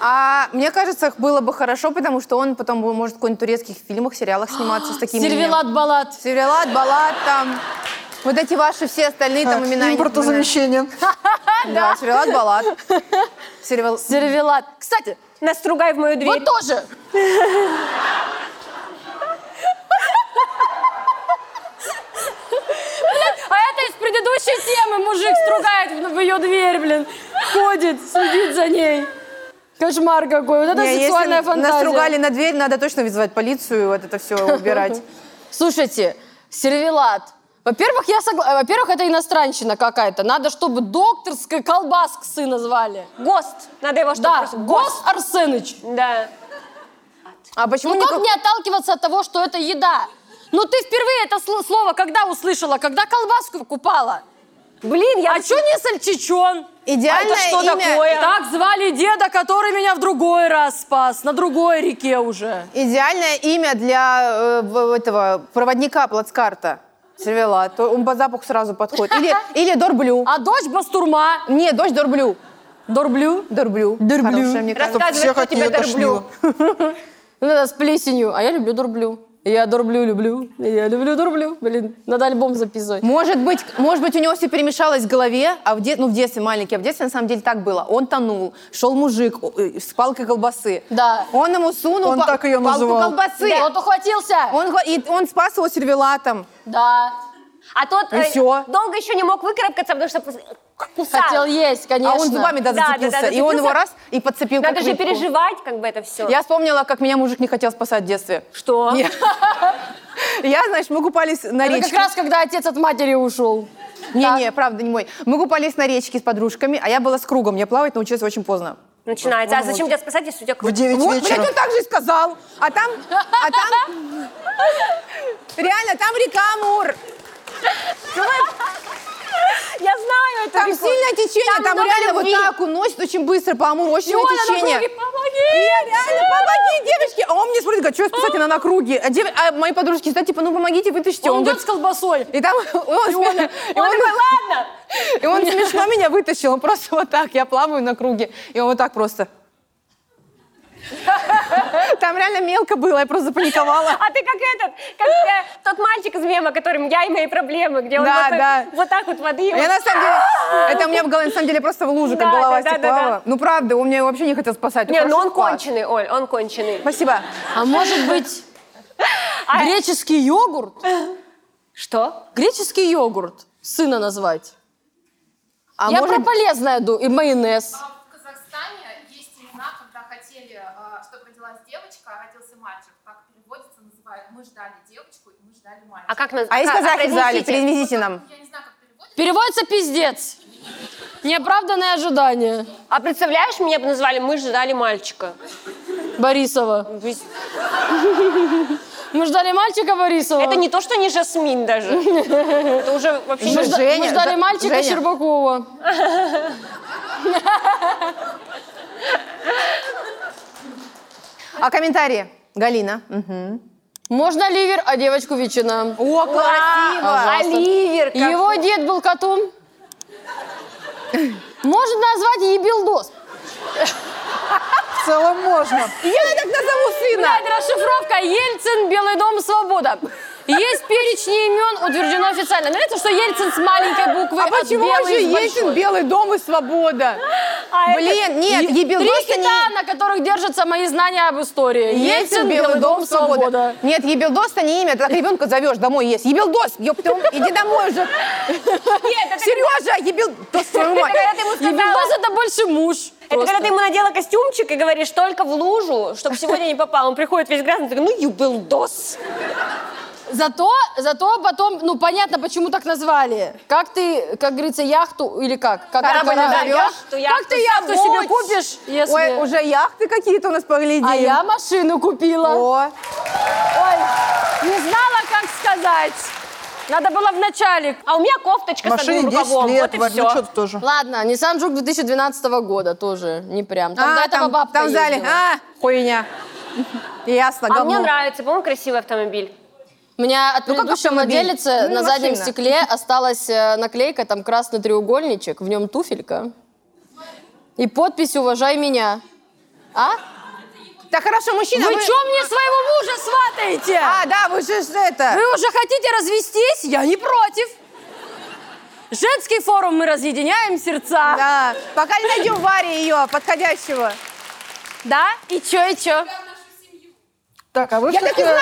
Speaker 2: А мне кажется, было бы хорошо, потому что он потом бы, может в каких-нибудь турецких фильмах, сериалах сниматься с такими именем.
Speaker 1: Сервелат-балат.
Speaker 2: Сервелат, Балат там. Вот эти ваши все остальные там
Speaker 5: Так,
Speaker 2: имена. я не
Speaker 5: А, Импортозамещение.
Speaker 2: помню. Да, Сервелат, Балат. Сервел...
Speaker 1: Сервелат. Кстати,
Speaker 3: Настругай в мою дверь.
Speaker 1: вот тоже. Блин, А это из предыдущей темы мужик стругает в- в ее дверь, блин. Ходит, следит за ней. Кошмар какой. Вот это
Speaker 2: Не,
Speaker 1: сексуальная
Speaker 2: если
Speaker 1: фантазия.
Speaker 2: Нас ругали на дверь, надо точно вызывать полицию, и вот это все убирать.
Speaker 1: Слушайте, сервелат. Во-первых, я согла- э, Во-первых, это иностранщина какая-то. Надо, чтобы докторская колбаск сына звали.
Speaker 3: ГОСТ. Надо его что
Speaker 1: Да,
Speaker 3: просто-
Speaker 1: Гос Арсеныч.
Speaker 3: Да.
Speaker 2: А почему
Speaker 1: Ну
Speaker 2: не
Speaker 1: как
Speaker 2: как-
Speaker 1: не отталкиваться от того, что это еда? Ну ты впервые это сло- слово когда услышала? Когда колбаску купала?
Speaker 3: Блин, я...
Speaker 1: А чё не сальчичон?
Speaker 2: Идеальное
Speaker 3: А это что
Speaker 2: имя...
Speaker 3: такое?
Speaker 1: Так звали деда, который меня в другой раз спас, на другой реке уже.
Speaker 2: Идеальное имя для э, в- этого проводника плацкарта. Сервелат. То Он по запаху сразу подходит. Или, или Дорблю.
Speaker 1: А дочь Бастурма,
Speaker 2: Не, дочь Дорблю.
Speaker 1: Дорблю,
Speaker 2: Дорблю. Дорблю. мне кажется.
Speaker 5: Чтоб
Speaker 3: Рассказывай,
Speaker 5: всех
Speaker 3: кто
Speaker 5: от нее
Speaker 3: тебя дорблю.
Speaker 5: тошнило.
Speaker 1: Ну, да, с плесенью, а я люблю Дорблю. Я дурблю люблю. Я люблю дурблю. Блин, надо альбом записывать.
Speaker 2: Может быть, может быть, у него все перемешалось в голове, а в, де- ну, в детстве маленький, а в детстве на самом деле так было. Он тонул, шел мужик о, э, с палкой колбасы.
Speaker 1: Да.
Speaker 2: Он ему сунул
Speaker 5: Он
Speaker 2: па-
Speaker 5: так её
Speaker 2: палку
Speaker 5: называл.
Speaker 2: колбасы.
Speaker 1: Да, вот ухватился.
Speaker 2: Он, хва- и он спас его сервелатом.
Speaker 1: Да.
Speaker 3: А тот
Speaker 2: И
Speaker 3: э,
Speaker 2: всё.
Speaker 3: долго еще не мог выкарабкаться, потому что пус- кусал.
Speaker 1: Хотел есть, конечно.
Speaker 2: А он зубами да,
Speaker 3: Да, да, да,
Speaker 2: зацепился. И он
Speaker 3: зацепился.
Speaker 2: его раз и подцепил.
Speaker 3: Надо
Speaker 2: как
Speaker 3: же
Speaker 2: нитку.
Speaker 3: переживать как бы это все.
Speaker 2: Я вспомнила, как меня мужик не хотел спасать в детстве.
Speaker 3: Что?
Speaker 2: Я, я, значит, мы купались
Speaker 3: Ну,
Speaker 2: на
Speaker 1: Это
Speaker 2: речке.
Speaker 1: как раз, когда отец от матери ушел.
Speaker 2: Не-не, правда, не мой. Мы купались на речке с подружками, а я была с кругом. Я плавать научилась очень поздно.
Speaker 3: Начинается. А зачем тебя спасать, если у тебя
Speaker 5: В
Speaker 3: круг?
Speaker 5: 9
Speaker 2: Вот,
Speaker 5: вечера.
Speaker 2: блядь, он так же и сказал. А там, а там... Реально, там река Амур.
Speaker 3: Я знаю это.
Speaker 2: Там сильное течение, там, реально вот так уносит очень быстро по Амуру, очень сильное течение. Я
Speaker 3: Помоги!
Speaker 2: реально, помоги, девочки! А он мне смотрит, говорит, что я спасатель, она на круге. А, дев- а мои подружки стоят, типа, ну помогите, вытащите.
Speaker 1: Он идет
Speaker 2: говорит,
Speaker 1: с колбасой.
Speaker 2: и там он, смеш- и
Speaker 3: Он
Speaker 2: он-
Speaker 3: такой, ладно.
Speaker 2: и он смешно меня вытащил. Он просто вот так, я плаваю на круге. И он вот так просто. Там реально мелко было, я просто запаниковала.
Speaker 3: А ты как этот, как э, тот мальчик из мема, которым я и мои проблемы, где он
Speaker 2: Да,
Speaker 3: вот,
Speaker 2: да. А
Speaker 3: так- вот так вот воды.
Speaker 2: Я на самом деле, это у меня в голове, на самом деле, просто в луже, как
Speaker 3: Да,
Speaker 2: голова
Speaker 3: да, да, да,
Speaker 2: стеклава. Ну, правда, он меня вообще не хотел спасать.
Speaker 3: Не,
Speaker 2: Хорошо,
Speaker 3: ну
Speaker 2: что
Speaker 3: он
Speaker 2: спас.
Speaker 3: конченый, Оль, он конченый.
Speaker 2: Спасибо.
Speaker 1: А может быть, греческий йогурт?
Speaker 3: Что?
Speaker 1: Греческий йогурт сына назвать.
Speaker 2: А
Speaker 1: Я
Speaker 2: может-
Speaker 1: про полезное ду- и майонез.
Speaker 6: А в Казахстане есть времена, когда хотели, э, чтобы родилась девочка, а родился мальчик. Так переводится, называют «мы ждали девочку» и «мы ждали мальчика». Ну,
Speaker 3: А как назвать?
Speaker 2: А есть казахи в зале,
Speaker 3: произнесите.
Speaker 2: перевезите нам.
Speaker 6: Я не знаю, как переводится.
Speaker 1: Переводится пиздец. Неоправданное ожидание
Speaker 3: А представляешь, меня бы назвали «Мы ждали мальчика».
Speaker 1: Борисова. Мы ждали мальчика Борисова.
Speaker 3: Это не то, что не Жасмин даже. Это уже вообще...
Speaker 1: мы,
Speaker 3: не-
Speaker 1: жда-
Speaker 2: Женя,
Speaker 1: мы ждали
Speaker 2: Ж-
Speaker 1: мальчика
Speaker 2: Женя.
Speaker 1: Щербакова.
Speaker 2: А комментарии? Галина.
Speaker 1: Можно ливер, а девочку ветчина.
Speaker 2: О, красиво!
Speaker 3: Оливер. как-
Speaker 1: Его дед был котом. Можно назвать ебилдос.
Speaker 5: В целом можно.
Speaker 2: Я так назову сына!
Speaker 1: Блядь, расшифровка Ельцин, Белый дом, Свобода. Есть перечни имен, утверждено официально. Нравится, что Ельцин с маленькой буквы,
Speaker 2: А
Speaker 1: а
Speaker 2: почему
Speaker 1: Белый
Speaker 2: же
Speaker 1: с большой.
Speaker 2: Ельцин, Белый дом и свобода?
Speaker 3: А это-
Speaker 2: Блин, нет,
Speaker 1: Три
Speaker 2: ебилдос
Speaker 1: хита, на которых держатся мои знания об истории.
Speaker 2: Ельцин, Белый дом, свобода. Нет, ебилдос-то не имя, ты так ребенка зовешь, домой есть. Ебилдос, ёптем, иди домой уже.
Speaker 3: Нет, это-
Speaker 2: Сережа, ебилдос, твою
Speaker 3: это
Speaker 2: мать.
Speaker 3: когда ты ему сказала...
Speaker 1: Ебилдос это больше муж.
Speaker 3: Это
Speaker 1: Просто.
Speaker 3: когда ты ему надела костюмчик и говоришь только в лужу, чтобы сегодня не попал. Он приходит весь грязный, такой, ну, юбилдос.
Speaker 1: Зато, зато потом, ну понятно, почему так назвали. Как ты, как говорится, яхту или как? Как
Speaker 2: Корабль
Speaker 1: ты
Speaker 2: назовешь?
Speaker 3: Яхту,
Speaker 1: Как ты яхту
Speaker 3: яхту
Speaker 1: себе
Speaker 3: забудь.
Speaker 1: купишь, если...
Speaker 2: Ой, уже яхты какие-то у нас поглядели.
Speaker 1: А я машину купила.
Speaker 2: О,
Speaker 1: Ой, не знала, как сказать. Надо было в начале.
Speaker 3: А у меня кофточка с одним
Speaker 5: Машине 10
Speaker 3: рукавом,
Speaker 5: лет,
Speaker 3: вот и
Speaker 5: Варь, ну
Speaker 3: все.
Speaker 5: что ты тоже.
Speaker 1: Ладно, Nissan Juke 2012 года тоже не прям. Там до
Speaker 2: а,
Speaker 1: этого
Speaker 2: там,
Speaker 1: бабка
Speaker 2: там в зале,
Speaker 1: ездила.
Speaker 2: а, хуйня. Ясно,
Speaker 3: А мне
Speaker 2: говно.
Speaker 3: нравится, по-моему, красивый автомобиль.
Speaker 1: У меня от
Speaker 2: Ну, как
Speaker 1: предыдущего
Speaker 2: автомобиль?
Speaker 1: владелица
Speaker 2: Ну,
Speaker 1: на заднем
Speaker 2: машина.
Speaker 1: стекле осталась э, наклейка, там красный треугольничек, в нем туфелька. И подпись «Уважай меня». А?
Speaker 2: Так хорошо, мужчина,
Speaker 1: Вы чё мне своего мужа сватаете?
Speaker 2: А, да, вы же ж это.
Speaker 1: Вы уже хотите развестись? Я не против. Женский форум мы разъединяем сердца. Да?
Speaker 2: Да, пока не найдем Варе ее подходящего.
Speaker 1: И чё, и чё?
Speaker 5: Так, а вы
Speaker 2: Я
Speaker 5: что
Speaker 2: так и знала!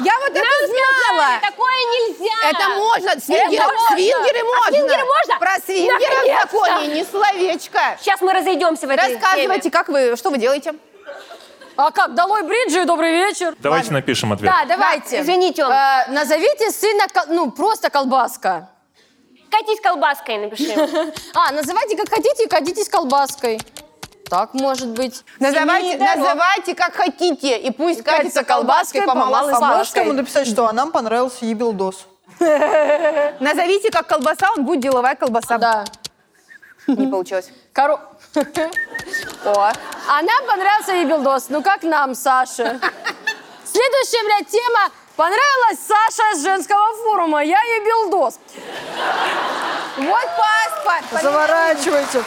Speaker 2: Я вот это знала!
Speaker 3: Такое нельзя!
Speaker 2: Это можно, свингеры,
Speaker 3: можно.
Speaker 2: свингеры
Speaker 3: А
Speaker 2: можно.
Speaker 3: свингеры можно?
Speaker 2: Про свингеры в
Speaker 3: Наконец-то.
Speaker 2: законе не словечко.
Speaker 3: Сейчас мы разойдемся в этой
Speaker 2: Рассказывайте,
Speaker 3: теме.
Speaker 2: как вы, что вы делаете?
Speaker 1: А как, долой бриджи и добрый вечер.
Speaker 4: Давайте напишем ответ.
Speaker 1: Да, давайте.
Speaker 3: Да, извините, он-
Speaker 1: Э, назовите сына, кол- ну, просто колбаска.
Speaker 3: Катись колбаской напиши.
Speaker 1: А, называйте как хотите, кадитесь колбаской. Так, может быть.
Speaker 2: Называйте,
Speaker 1: Семейный дорог.
Speaker 2: называйте как хотите, и пусть
Speaker 1: Катится
Speaker 2: катится колбаской,
Speaker 1: колбаской,
Speaker 2: помалась
Speaker 1: помалась
Speaker 5: Можешь кому
Speaker 2: маской.
Speaker 5: написать, что а нам понравился ебилдос?
Speaker 2: Назовите как колбаса, он будет деловая колбаса.
Speaker 1: А, Да.
Speaker 2: Не получилось.
Speaker 1: Коро... О. А нам понравился ебилдос. Ну, как нам, Саша? Следующая, блядь, тема. Понравилась Саша с женского форума. Я ебилдос.
Speaker 2: Вот паспорт!
Speaker 5: Заворачивайте.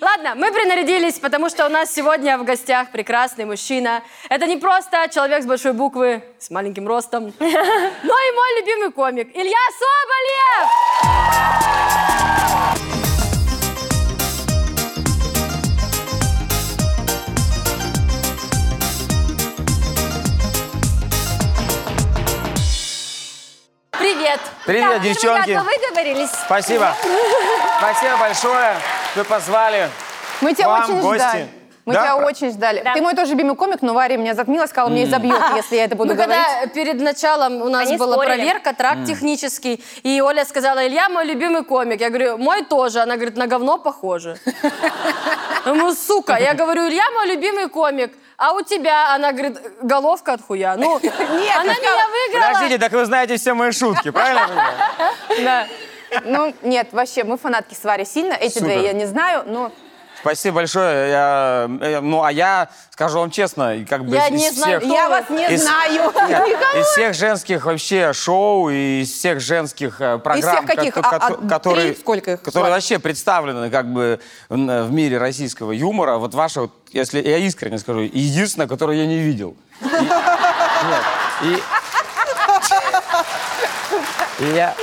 Speaker 7: Ладно, мы принарядились, потому что у нас сегодня в гостях прекрасный мужчина. Это не просто человек с большой буквы, с маленьким ростом, но и мой любимый комик Илья Соболев! Привет!
Speaker 8: Привет,
Speaker 1: Так,
Speaker 8: девчонки.
Speaker 1: ребята, вы договорились.
Speaker 8: Спасибо. Спасибо большое, что позвали.
Speaker 2: Мы тебя
Speaker 8: Вам
Speaker 2: очень
Speaker 8: гости.
Speaker 2: ждали. Мы
Speaker 8: Да?
Speaker 2: тебя очень ждали.
Speaker 1: Да.
Speaker 2: Ты мой тоже любимый комик, но Варя меня затмила, сказала, мне изобьет, если я это буду
Speaker 7: Мы
Speaker 2: говорить.
Speaker 7: Ну, когда перед началом у нас
Speaker 1: Они
Speaker 7: была
Speaker 1: спорили.
Speaker 7: проверка, тракт технический, и Оля сказала, Илья мой любимый комик. Я говорю, мой тоже. Она говорит, на говно похоже. Ну, сука. Я говорю, Илья мой любимый комик. А у тебя, она говорит, головка от хуя. Ну, она меня выиграла.
Speaker 8: Подождите, так вы знаете все мои шутки, правильно? я понимаю?
Speaker 2: Ну, нет, вообще, мы фанатки с Варей сильно. Эти
Speaker 8: Супер.
Speaker 2: две я не знаю, но...
Speaker 8: Спасибо большое. Я, э, ну, а я скажу вам честно, и как бы
Speaker 7: Я
Speaker 8: из
Speaker 7: не
Speaker 8: всех...
Speaker 7: знаю, Кто
Speaker 2: Я
Speaker 7: вы?
Speaker 2: вас не
Speaker 8: Из-
Speaker 2: знаю.
Speaker 8: Из всех женских вообще шоу и из всех женских э, программ,
Speaker 2: всех каких?
Speaker 8: ко-
Speaker 2: А- а
Speaker 8: ко- которые,
Speaker 2: три? Сколько их?
Speaker 8: которые
Speaker 2: Два.
Speaker 8: вообще представлены как бы м, э, в мире российского юмора, вот ваша, вот, если я искренне скажу, единственная, которую я не видел. И- нет, и- и я,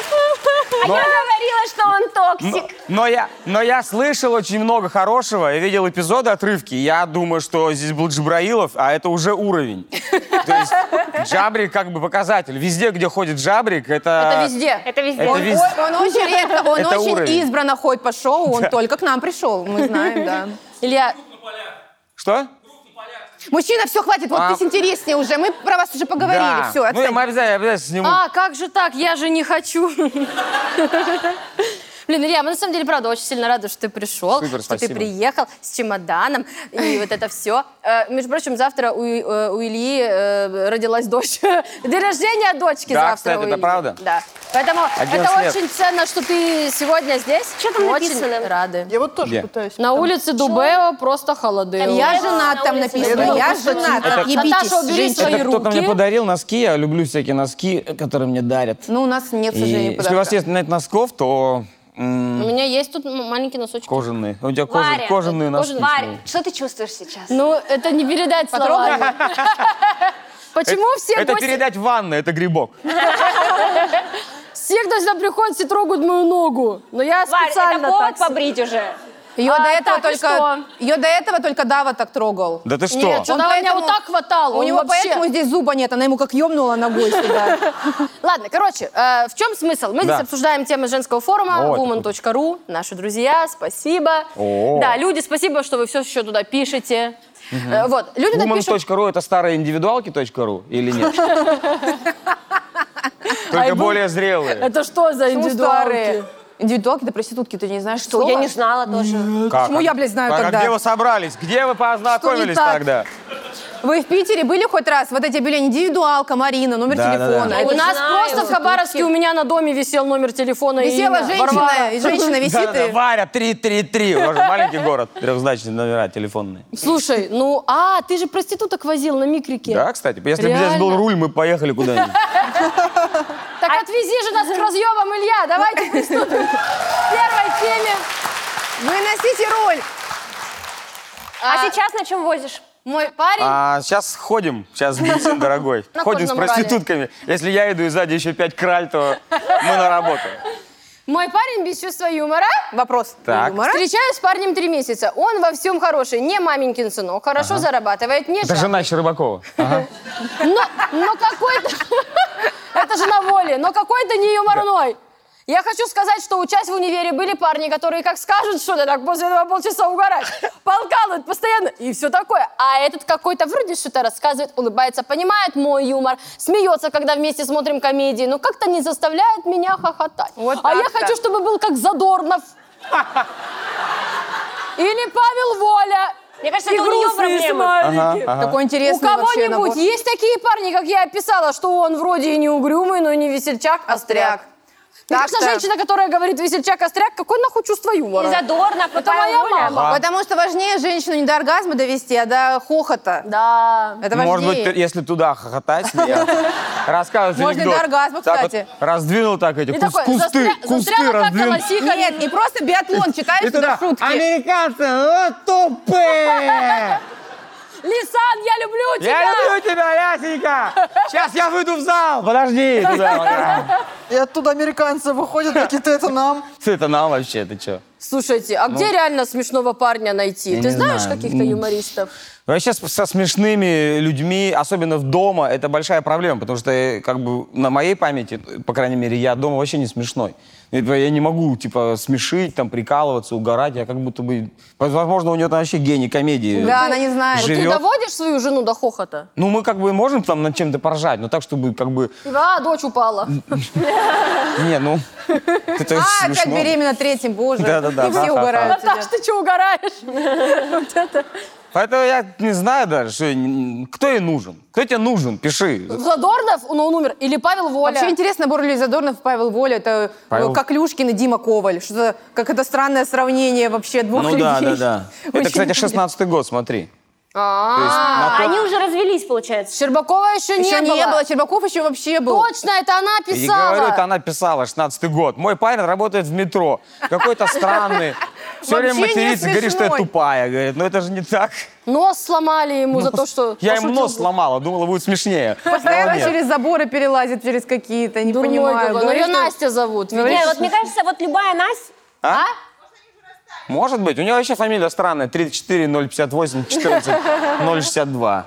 Speaker 1: Я говорила, что он токсик.
Speaker 8: но, но я, но я слышал очень много хорошего, я видел эпизоды, отрывки. Я думаю, что здесь был Джабраилов, а это уже уровень. То есть Джабрик как бы показатель. Везде, где ходит Джабрик, это...
Speaker 7: Это везде.
Speaker 1: Это везде.
Speaker 8: Это
Speaker 2: Он,
Speaker 8: вез-
Speaker 2: ой, он очень редко, он
Speaker 8: Это
Speaker 2: очень
Speaker 8: уровень.
Speaker 2: избранно ходит по шоу, он только к нам пришел, мы знаем, да.
Speaker 7: Илья,
Speaker 8: Что?
Speaker 2: Мужчина, все, хватит, вот
Speaker 8: А.
Speaker 2: здесь интереснее уже, мы про вас уже поговорили,
Speaker 8: Да.
Speaker 2: все,
Speaker 8: ну, я, мы обязательно, я обязательно сниму.
Speaker 7: а как же так? Я же не хочу. Блин, Илья, мы на самом деле, правда, очень сильно рады, что ты пришел,
Speaker 8: Супер,
Speaker 7: что ты
Speaker 8: спасибо.
Speaker 7: приехал с чемоданом и вот это все. между прочим, завтра у, И- э, у Ильи э, родилась дочь. День рождения дочки завтра
Speaker 8: Да, кстати,
Speaker 7: у
Speaker 8: это
Speaker 7: Ильи.
Speaker 8: правда.
Speaker 7: Да. Поэтому
Speaker 8: 11
Speaker 7: это
Speaker 8: лет.
Speaker 7: очень ценно, что ты сегодня здесь.
Speaker 1: Чё там
Speaker 7: очень
Speaker 1: написано?
Speaker 7: рады.
Speaker 5: Я вот тоже
Speaker 8: Где?
Speaker 5: пытаюсь.
Speaker 7: На улице Дубео просто холодеет.
Speaker 2: Я женат, там
Speaker 1: На улице
Speaker 2: написано,
Speaker 5: было.
Speaker 2: я женат,
Speaker 7: Это-
Speaker 2: отъебитесь,
Speaker 7: Наташа, убери
Speaker 2: женщина.
Speaker 7: свои
Speaker 8: это кто-то
Speaker 7: руки.
Speaker 8: мне подарил носки, я люблю всякие носки, которые мне дарят.
Speaker 2: Ну, у нас нет, к
Speaker 8: И
Speaker 2: сожалению,
Speaker 8: если у вас
Speaker 2: подарка.
Speaker 8: есть на это носков, то м,
Speaker 7: У меня есть тут м- маленький носочек.
Speaker 8: кожаные. У тебя кожа-
Speaker 1: Варя,
Speaker 8: кожаные носки.
Speaker 1: кожа- Варя, что ты чувствуешь сейчас?
Speaker 7: Ну, это не передать словами. Почему все
Speaker 8: это
Speaker 7: гости-
Speaker 8: передать в ванной, это грибок.
Speaker 7: Все, кто сюда приходит, все трогают мою ногу. Но
Speaker 1: Варь,
Speaker 7: я
Speaker 1: это
Speaker 7: специально
Speaker 1: повод
Speaker 7: так...
Speaker 1: побрить уже.
Speaker 2: Ее
Speaker 7: А,
Speaker 2: до этого
Speaker 7: так и
Speaker 2: только... Ее до этого только Дава так трогал.
Speaker 8: Да ты что?
Speaker 7: Нет, что
Speaker 2: Он
Speaker 7: Дава меня
Speaker 2: поэтому-
Speaker 7: вот так хватало.
Speaker 2: У него поэтому здесь зуба нет, она ему как ёбнула ногой сюда.
Speaker 7: Ладно, короче, э, в чем смысл? Мы
Speaker 8: Да.
Speaker 7: здесь обсуждаем темы женского форума
Speaker 8: О, это
Speaker 7: woman.ru. Наши друзья, спасибо.
Speaker 8: О.
Speaker 7: Да, люди, спасибо, что вы все еще туда пишете. Э, Вот, люди там пишут...
Speaker 8: Woman.ru это старые индивидуалки.ру или нет?
Speaker 7: Ай,
Speaker 8: Только
Speaker 7: бу-
Speaker 8: более зрелые.
Speaker 7: Это что за
Speaker 2: Почему
Speaker 7: индивидуалки?
Speaker 2: старые? Индивидуалки, да проститутки, ты не знаешь, что?
Speaker 1: Я не знала тоже.
Speaker 2: почему я, блядь, знаю
Speaker 8: Так, а
Speaker 2: тогда?
Speaker 8: где вы собрались? Где вы познакомились
Speaker 2: так?
Speaker 8: тогда?
Speaker 2: Вы в Питере были хоть раз? Вот эти были индивидуалка, Марина, номер
Speaker 8: Да, да, да.
Speaker 2: телефона.
Speaker 7: У
Speaker 2: Это
Speaker 7: нас
Speaker 1: знаю.
Speaker 7: просто в Хабаровске у меня на доме висел номер телефона. и
Speaker 2: Висела
Speaker 7: имя.
Speaker 2: женщина, и женщина висит
Speaker 8: Да-да-да,
Speaker 2: и...
Speaker 8: Варя, 333. У вас же маленький город, трехзначные номера телефонные.
Speaker 7: Слушай, ну, а, ты же проституток возил на микрике.
Speaker 8: Да, кстати, если бы здесь был
Speaker 7: Реально.
Speaker 8: руль, мы поехали куда-нибудь.
Speaker 7: Так отвези же нас к разъемам, Илья. Давайте приступим к первой теме.
Speaker 2: Вы носите роль!
Speaker 1: А сейчас на чем возишь?
Speaker 7: Мой парень...
Speaker 8: А сейчас ходим, сейчас бицин, дорогой.
Speaker 7: На
Speaker 8: Ходим с
Speaker 7: кожном Урале.
Speaker 8: проститутками. Если я иду и сзади еще пять краль, то мы на работу.
Speaker 7: Мой парень без чувства юмора.
Speaker 2: Вопрос.
Speaker 8: Так.
Speaker 2: Юмора?
Speaker 7: Встречаюсь с парнем три месяца. Он во всем хороший. Не маменькин сынок. Хорошо зарабатывает. Не жадный.
Speaker 8: еще Рыбакова.
Speaker 7: Но, но какой-то... Это же на воле. Но какой-то не юморной. Я хочу сказать, что учась в универе были парни, которые как скажут что-то, так после этого полчаса угорать, полкалывают постоянно и все такое. А этот какой-то вроде что-то рассказывает, улыбается, понимает мой юмор, смеется, когда вместе смотрим комедии, но как-то не заставляет меня хохотать.
Speaker 2: Вот
Speaker 7: а я
Speaker 2: так-то.
Speaker 7: хочу, чтобы был как Задорнов. Или Павел Воля.
Speaker 1: Мне
Speaker 3: А
Speaker 1: кажется,
Speaker 7: И
Speaker 1: это у нее
Speaker 7: грустные
Speaker 1: проблема.
Speaker 7: смайлики.
Speaker 2: Такой
Speaker 7: У
Speaker 2: интересный вообще набор.
Speaker 7: кого-нибудь есть такие парни, как я описала, что он вроде и не угрюмый, но и не весельчак, а стряк?
Speaker 1: Мне
Speaker 2: Так
Speaker 1: кажется,
Speaker 2: что-
Speaker 1: женщина, которая говорит весельчак, костряк, какой нахуй чувство юмора?
Speaker 3: И задорно,
Speaker 1: Это моя мама.
Speaker 8: А.
Speaker 2: Потому что важнее женщину не до оргазма довести, а до хохота.
Speaker 1: Да.
Speaker 2: Это важнее.
Speaker 8: Может быть, ты- если туда хохотать, я рассказывать
Speaker 2: Можно и
Speaker 8: анекдот.
Speaker 2: до оргазма,
Speaker 8: Так вот
Speaker 2: кстати.
Speaker 8: раздвинул так эти
Speaker 1: И
Speaker 8: кус-
Speaker 1: такой,
Speaker 8: кусты,
Speaker 1: застря-
Speaker 8: кусты
Speaker 1: застряла как
Speaker 8: раздвинул.
Speaker 1: колосиха.
Speaker 2: Нет, ну, не просто биатлон, читаешь
Speaker 8: И
Speaker 2: туда
Speaker 8: туда,
Speaker 2: шутки.
Speaker 8: американцы, вот тупые!
Speaker 1: Лисан, я люблю тебя!
Speaker 8: Я люблю тебя, Ясенька! Сейчас я выйду в зал! Подожди! туда, пока.
Speaker 5: И оттуда американцы выходят, какие-то это нам.
Speaker 8: Ты это нам вообще, ты чё?
Speaker 1: Слушайте, а где реально смешного парня найти?
Speaker 8: Ну. Я
Speaker 1: Ты
Speaker 8: не
Speaker 1: знаешь
Speaker 8: знаю.
Speaker 1: каких-то
Speaker 8: М.
Speaker 1: юмористов?
Speaker 8: Вообще с- Ну, а со смешными людьми, особенно в дома, это большая проблема, потому что э, как бы на моей памяти, по крайней мере, я дома вообще не смешной. И, типа, Я не могу, типа, смешить, там, прикалываться, угорать. Я как будто бы... Возможно, у нее там вообще гений комедии.
Speaker 2: Да, она не знает.
Speaker 1: Вот ты
Speaker 8: Живёт.
Speaker 1: доводишь свою жену до хохота?
Speaker 8: Ну, мы как бы можем там над чем-то поржать, но так, чтобы как бы...
Speaker 1: Типа, А, дочь упала.
Speaker 8: Не, ну... Это
Speaker 2: А, опять
Speaker 8: смешно.
Speaker 2: беременна третьим, боже.
Speaker 8: Да-да-да,
Speaker 2: И все
Speaker 8: да-да-да.
Speaker 2: угорают.
Speaker 1: Наташ, ты что, угораешь? Вот это.
Speaker 8: Поэтому я не знаю даже, что я не- кто ей нужен. Кто тебе нужен? Пиши.
Speaker 1: Задорнов, но он умер, или Павел Воля?
Speaker 2: Вообще интересно, Бурлей Задорнов и Павел Воля, это
Speaker 8: Павел-
Speaker 2: э, Коклюшкин и Дима Коваль. Что за- как это странное сравнение вообще двух
Speaker 8: Ну
Speaker 2: людей.
Speaker 8: да, да, да. Это,
Speaker 2: Очень
Speaker 8: кстати,
Speaker 2: интересно.
Speaker 8: 16-й год, смотри.
Speaker 1: А,
Speaker 8: То есть на то-
Speaker 3: Они уже развелись, получается.
Speaker 1: Щербакова еще не
Speaker 2: Еще
Speaker 1: было.
Speaker 2: не было, Чербаков еще вообще был.
Speaker 1: Точно, это она
Speaker 8: Я не говорю, это
Speaker 1: писала.
Speaker 8: она писала, 16-й год. Мой парень работает в метро. Какой-то странный. Все
Speaker 2: Вообще
Speaker 8: время матерится,
Speaker 2: не
Speaker 8: говорит, что я
Speaker 2: смешной.
Speaker 8: тупая. Говорит, ну это же не так.
Speaker 1: Нос сломали ему за то, что...
Speaker 8: Я ему
Speaker 1: пошутил.
Speaker 8: нос сломала, думала, будет смешнее.
Speaker 2: Постоянно
Speaker 8: Но нет.
Speaker 2: через заборы перелазит, через какие-то, не
Speaker 1: Дурной
Speaker 2: понимаю.
Speaker 1: какой. Но
Speaker 2: Говорит,
Speaker 1: ее
Speaker 2: что-
Speaker 1: Настя зовут.
Speaker 2: Говорит,
Speaker 3: Нет,
Speaker 1: видишь?
Speaker 3: вот мне кажется, вот любая Настя,
Speaker 8: А? Может быть. У нее вообще фамилия странная. 34 058 14 062.